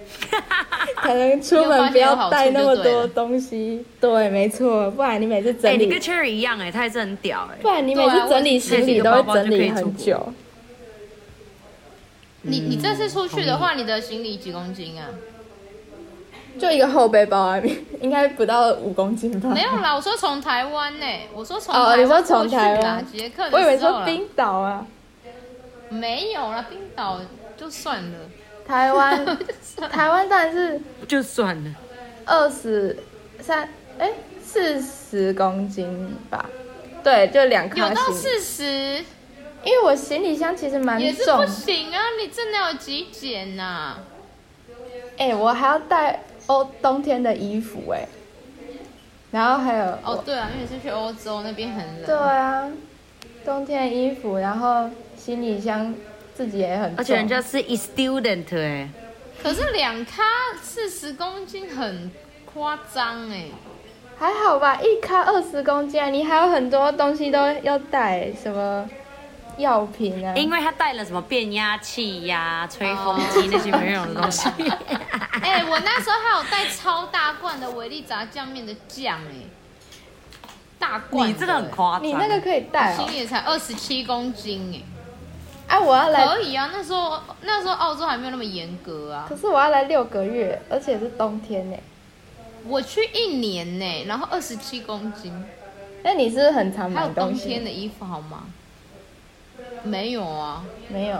[SPEAKER 5] 可能出门不要带那么多东西。对，没错，不然你每次
[SPEAKER 1] 哎、
[SPEAKER 5] 整
[SPEAKER 1] 你
[SPEAKER 5] 理，
[SPEAKER 1] 跟 Cherry 一样哎、他也是很屌哎、
[SPEAKER 5] 不然你每次整理行李都会整理很
[SPEAKER 2] 啊
[SPEAKER 5] 久。
[SPEAKER 2] 你
[SPEAKER 5] 嗯
[SPEAKER 2] 你这次出去的话，你的行李几公斤啊？
[SPEAKER 5] 就一个后背包啊，应该不到五公斤吧
[SPEAKER 2] 没？有啦，我说从台湾呢、我说
[SPEAKER 5] 嗯
[SPEAKER 2] 从
[SPEAKER 5] 哦
[SPEAKER 2] 台湾
[SPEAKER 5] 你说
[SPEAKER 2] 过
[SPEAKER 5] 从
[SPEAKER 2] 去
[SPEAKER 5] 台
[SPEAKER 2] 啦
[SPEAKER 5] 湾
[SPEAKER 2] 捷克的时
[SPEAKER 5] [LAUGHS]
[SPEAKER 2] 候
[SPEAKER 5] 我以
[SPEAKER 2] 啦，
[SPEAKER 5] 为说冰岛啊，
[SPEAKER 2] 没有啦，冰岛就算
[SPEAKER 5] [LAUGHS]
[SPEAKER 2] 了，
[SPEAKER 3] 台湾 [LAUGHS] 台湾当然是
[SPEAKER 1] 就算了，
[SPEAKER 3] 二十三哎四十公斤吧，对，就两
[SPEAKER 2] 有
[SPEAKER 3] 卡
[SPEAKER 2] 到
[SPEAKER 3] 行李，
[SPEAKER 2] 四十
[SPEAKER 3] 因为我行李箱其实蛮
[SPEAKER 2] 也是
[SPEAKER 3] 重
[SPEAKER 2] 不
[SPEAKER 3] 的。
[SPEAKER 2] 行啊，你真的有极简啊呐、
[SPEAKER 3] 哎、我还要带欧冬天的衣服哎、然后还有
[SPEAKER 2] 哦，对啊，因为你是去欧洲那边很冷。
[SPEAKER 3] 对啊，冬天的衣服，然后行李箱自己也很重，
[SPEAKER 1] 而且人家是 e student 哎、
[SPEAKER 2] 可是两咖四十公斤很夸张哎，
[SPEAKER 3] 还好吧，一卡二十公斤啊，你还有很多东西都要带，什么药品啊，
[SPEAKER 1] 因为他带了什么变压器呀、吹风机那些没用的东西。
[SPEAKER 2] 哎、我那时候还有带超大罐的维力炸酱面的酱哎，大
[SPEAKER 1] [LAUGHS]
[SPEAKER 2] 罐
[SPEAKER 1] 你这个很
[SPEAKER 2] 夸，
[SPEAKER 1] 夸张，
[SPEAKER 3] 你那个可以带哦
[SPEAKER 2] 行。李才二十七公斤
[SPEAKER 3] 哎、我要
[SPEAKER 2] 哎，
[SPEAKER 3] 来，
[SPEAKER 2] 可以啊，那时候那时候澳洲还没有那么严格啊
[SPEAKER 3] 可，是我要来六个月，而且是冬天呢、
[SPEAKER 2] 我去一年呢，然后二十七公斤，
[SPEAKER 3] 那你是不是很常
[SPEAKER 2] 还
[SPEAKER 3] 买
[SPEAKER 2] 有冬
[SPEAKER 3] 东
[SPEAKER 2] 天
[SPEAKER 3] 西？
[SPEAKER 2] 的衣服好吗？没有啊，
[SPEAKER 3] 没有，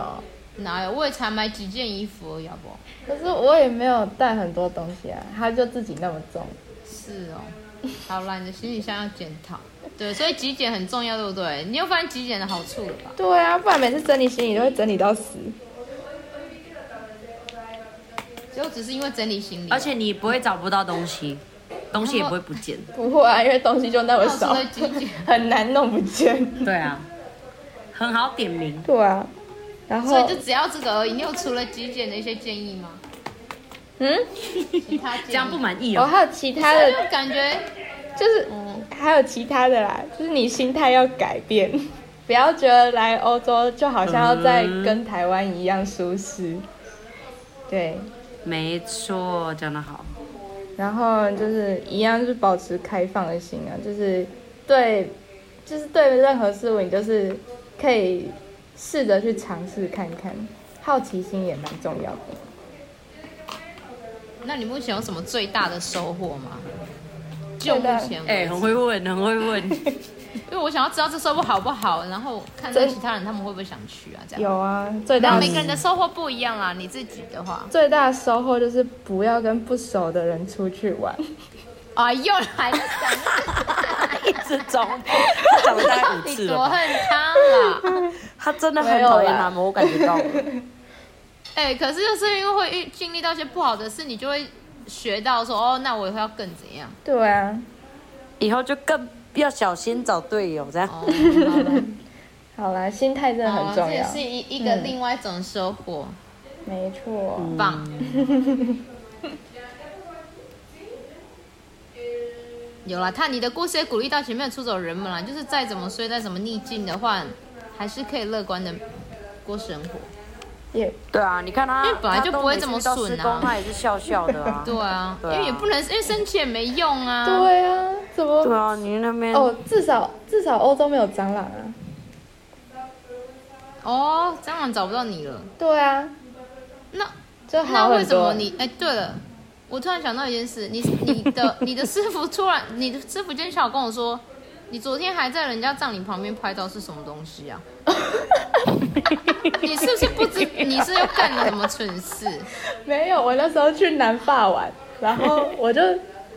[SPEAKER 2] 哪有？我也才买几件衣服而已，要不好？
[SPEAKER 3] 可是我也没有带很多东西啊，它就自己那么重。
[SPEAKER 2] 是哦，好啦，你的行李箱要检讨。对，所以极简很重要，对不对？你又发现极简的好处了吧？
[SPEAKER 3] 对啊，不然每次整理行李都会整理到死。
[SPEAKER 2] 就只是因为整理行李，
[SPEAKER 1] 而且你不会找不到东西，东西也不会不见。
[SPEAKER 3] 不会啊，因为东西就那么少 [LAUGHS]
[SPEAKER 2] 到处都极简，
[SPEAKER 3] 很难弄不见。
[SPEAKER 1] 对啊，很好点名。
[SPEAKER 3] 对啊，然
[SPEAKER 2] 所以
[SPEAKER 3] 后
[SPEAKER 2] 就只要这个而已。你有除了极简的一些建议吗？
[SPEAKER 3] 嗯，
[SPEAKER 2] 其他建议
[SPEAKER 1] 这样不满意
[SPEAKER 3] 我
[SPEAKER 1] 哦。
[SPEAKER 3] 还有其他
[SPEAKER 2] 因
[SPEAKER 3] 的，
[SPEAKER 2] 为感觉
[SPEAKER 3] 就是还有其他的啦，就是你心态要改变， [LAUGHS] 不要觉得来欧洲就好像要在
[SPEAKER 1] 嗯
[SPEAKER 3] 跟台湾一样舒适。对，
[SPEAKER 1] 没错，讲得好。
[SPEAKER 3] 然后就是一样是保持开放的心啊，就是对，就是对任何事物你就是可以试着去尝试看看，好奇心也蛮重要的。
[SPEAKER 2] 那你目前有什么最大的收获吗？就目前
[SPEAKER 1] 哎、
[SPEAKER 2] 为止，
[SPEAKER 1] 很会问，很会
[SPEAKER 2] [LAUGHS]
[SPEAKER 1] 问。
[SPEAKER 2] 因为我想要知道这收获好不好，然后看看其他人他们会不会想去啊，这样。
[SPEAKER 3] 有啊，最
[SPEAKER 2] 然
[SPEAKER 3] 大
[SPEAKER 2] 后每个人的收获不一样啦，你自己的话，
[SPEAKER 3] 最大的收获就是不要跟不熟的人出去玩。
[SPEAKER 2] 啊，又 [LAUGHS] 来了，讲
[SPEAKER 1] 一直重复，他讲了大概五
[SPEAKER 2] 你
[SPEAKER 1] 次
[SPEAKER 2] 多
[SPEAKER 1] 了吧。
[SPEAKER 2] 恨他啦！
[SPEAKER 1] 他真的很讨厌他们，我感觉到了。
[SPEAKER 2] 哎、可是就是因为会遇经历到一些不好的事，你就会学到说，哦，那我以后要更怎样？
[SPEAKER 3] [LAUGHS] 对啊，
[SPEAKER 1] 以后就更要小心找队友，这样。
[SPEAKER 2] 哦，好吧
[SPEAKER 3] 好啦，心态真的
[SPEAKER 2] 好
[SPEAKER 3] 很
[SPEAKER 2] 啊
[SPEAKER 3] 重
[SPEAKER 2] 这也
[SPEAKER 3] 要，嗯
[SPEAKER 2] 是一一个另外一种收获，
[SPEAKER 3] 没错。
[SPEAKER 2] 棒。
[SPEAKER 3] [LAUGHS]
[SPEAKER 2] 有啦，看你的故事也鼓励到前面的出走人们啦，就是再怎么衰，再怎么逆境的话，还是可以乐观的过生活。
[SPEAKER 1] 对啊，你看他，
[SPEAKER 2] 因为本来就不会这么
[SPEAKER 1] 他都每次
[SPEAKER 2] 顺啊
[SPEAKER 1] 到施工他也是笑笑的啊。
[SPEAKER 2] 对啊，
[SPEAKER 1] 对啊
[SPEAKER 2] 因为也不能，因为生气也没用啊。
[SPEAKER 3] 对啊，怎
[SPEAKER 1] 对
[SPEAKER 3] 么？
[SPEAKER 1] 啊，你那边
[SPEAKER 3] 哦，至少至少欧洲没有蟑螂啊。
[SPEAKER 2] 哦，蟑螂找不到你了。
[SPEAKER 3] 对啊，
[SPEAKER 2] 那
[SPEAKER 3] 就
[SPEAKER 2] 那
[SPEAKER 3] 好
[SPEAKER 2] 为
[SPEAKER 3] 很
[SPEAKER 2] 什么
[SPEAKER 3] 多。
[SPEAKER 2] 你？哎，对了，我突然想到一件事，你你 [LAUGHS] 的你的师傅突然，你的师傅今天下午跟我说，你昨天还在人家葬礼旁边拍照是什么东西啊？你是不是不 [LAUGHS] 知？你是又干了什么蠢事？
[SPEAKER 3] 没有，我那时候去南法玩，然后我就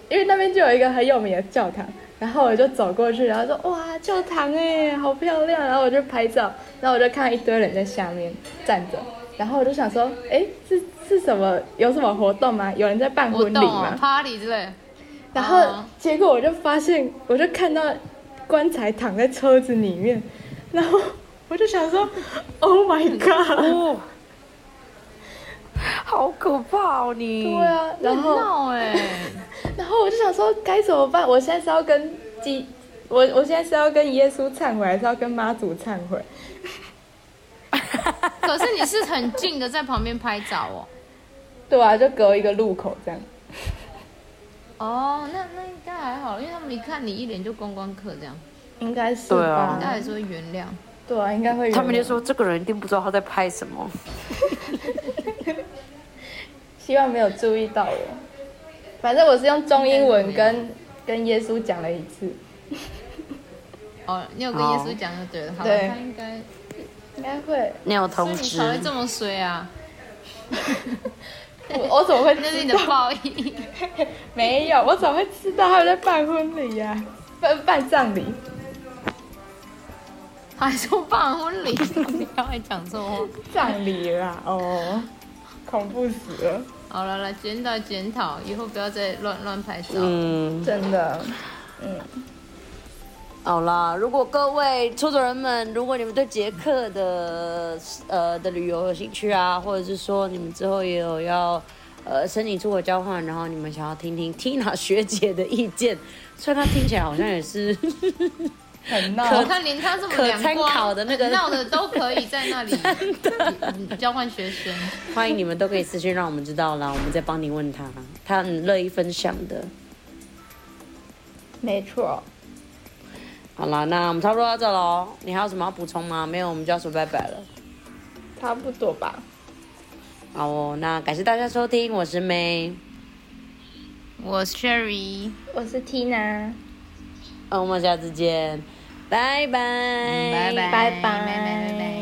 [SPEAKER 3] 因为那边就有一个很有名的教堂，然后我就走过去，然后说哇教堂哎，好漂亮，然后我就拍照，然后我就看到一堆人在下面站着，然后我就想说，哎，是是什么有什么活动吗？有人在办
[SPEAKER 2] 活
[SPEAKER 3] 婚礼
[SPEAKER 2] 动哦
[SPEAKER 3] 吗？
[SPEAKER 2] ，party 之 [LAUGHS] 类。
[SPEAKER 3] 然后
[SPEAKER 2] 哦
[SPEAKER 3] 结果我就发现，我就看到棺材躺在车子里面，然后 [LAUGHS] 我就想说，Oh
[SPEAKER 1] [LAUGHS]
[SPEAKER 3] my god！
[SPEAKER 1] 哦，好可怕哦你。
[SPEAKER 3] 对啊，然后。
[SPEAKER 2] 闹哎，
[SPEAKER 3] 然后我就想说该怎么办？我现在是要跟基，我我现在是要跟耶稣忏悔，还是要跟妈祖忏悔？
[SPEAKER 2] 可是你是很近的在旁边拍照哦。
[SPEAKER 3] 对啊，就隔一个路口这样。
[SPEAKER 2] [LAUGHS] 哦，那那应该还好，因为他们一看你一脸就观光客这样，
[SPEAKER 3] 应该是
[SPEAKER 1] 对啊
[SPEAKER 3] 吧？哎
[SPEAKER 2] 大家还是会原谅。
[SPEAKER 3] 对啊，应该会
[SPEAKER 1] [LAUGHS]
[SPEAKER 3] 有。
[SPEAKER 1] 他们就说这个人一定不知道他在拍什么。
[SPEAKER 3] 希望没有注意到我。反正我是用中英文跟跟耶稣讲了一次，
[SPEAKER 2] 哦，你有跟耶稣讲就对了，好了，
[SPEAKER 3] 对
[SPEAKER 2] 他应该，
[SPEAKER 3] 应该会。
[SPEAKER 1] 你有
[SPEAKER 2] 所以
[SPEAKER 1] 通
[SPEAKER 2] 你
[SPEAKER 1] 知
[SPEAKER 2] 才会这么衰啊，
[SPEAKER 3] 我我怎么会
[SPEAKER 2] 那是
[SPEAKER 3] 知
[SPEAKER 2] 你的
[SPEAKER 3] 道？
[SPEAKER 2] 报应。
[SPEAKER 3] 没有，我怎么会知道他们在办婚礼呀、办办葬礼？
[SPEAKER 2] 还说办婚礼，你刚才讲错话。
[SPEAKER 3] 葬礼啦，哦，恐怖死了，
[SPEAKER 2] 好了，来检讨检讨，以后不要再乱乱拍照。
[SPEAKER 1] 嗯，
[SPEAKER 3] 真的。
[SPEAKER 1] 好啦，如果各位出走人们，如果你们对捷克的呃的旅游有兴趣啊，或者是说你们之后也有要呃申请出国交换，然后你们想要听听 Tina 学姐的意见，虽然她听起来好像也 [LAUGHS] 是
[SPEAKER 3] 很闹
[SPEAKER 2] 我看连他这么
[SPEAKER 1] 可
[SPEAKER 2] 两
[SPEAKER 1] 参
[SPEAKER 2] 光
[SPEAKER 1] 考的那个
[SPEAKER 2] 闹的都可以在
[SPEAKER 1] [LAUGHS]
[SPEAKER 2] 那里嗯交换学生，
[SPEAKER 1] 欢迎你们都可以私信让我们知道啦，我们再帮你问她，她很乐意分享的。
[SPEAKER 3] 没错，
[SPEAKER 1] 好啦，那我们差不多到这喽。你还有什么要补充吗？没有，我们就要说拜拜了。
[SPEAKER 3] 差不多吧。
[SPEAKER 1] 好哦，那感谢大家收听，我是 May。
[SPEAKER 2] 我是 Sherry，
[SPEAKER 3] 我是 Tina，
[SPEAKER 1] 呃那我们下次见，拜拜，
[SPEAKER 2] 拜拜
[SPEAKER 3] 嗯拜拜
[SPEAKER 2] 拜拜拜拜。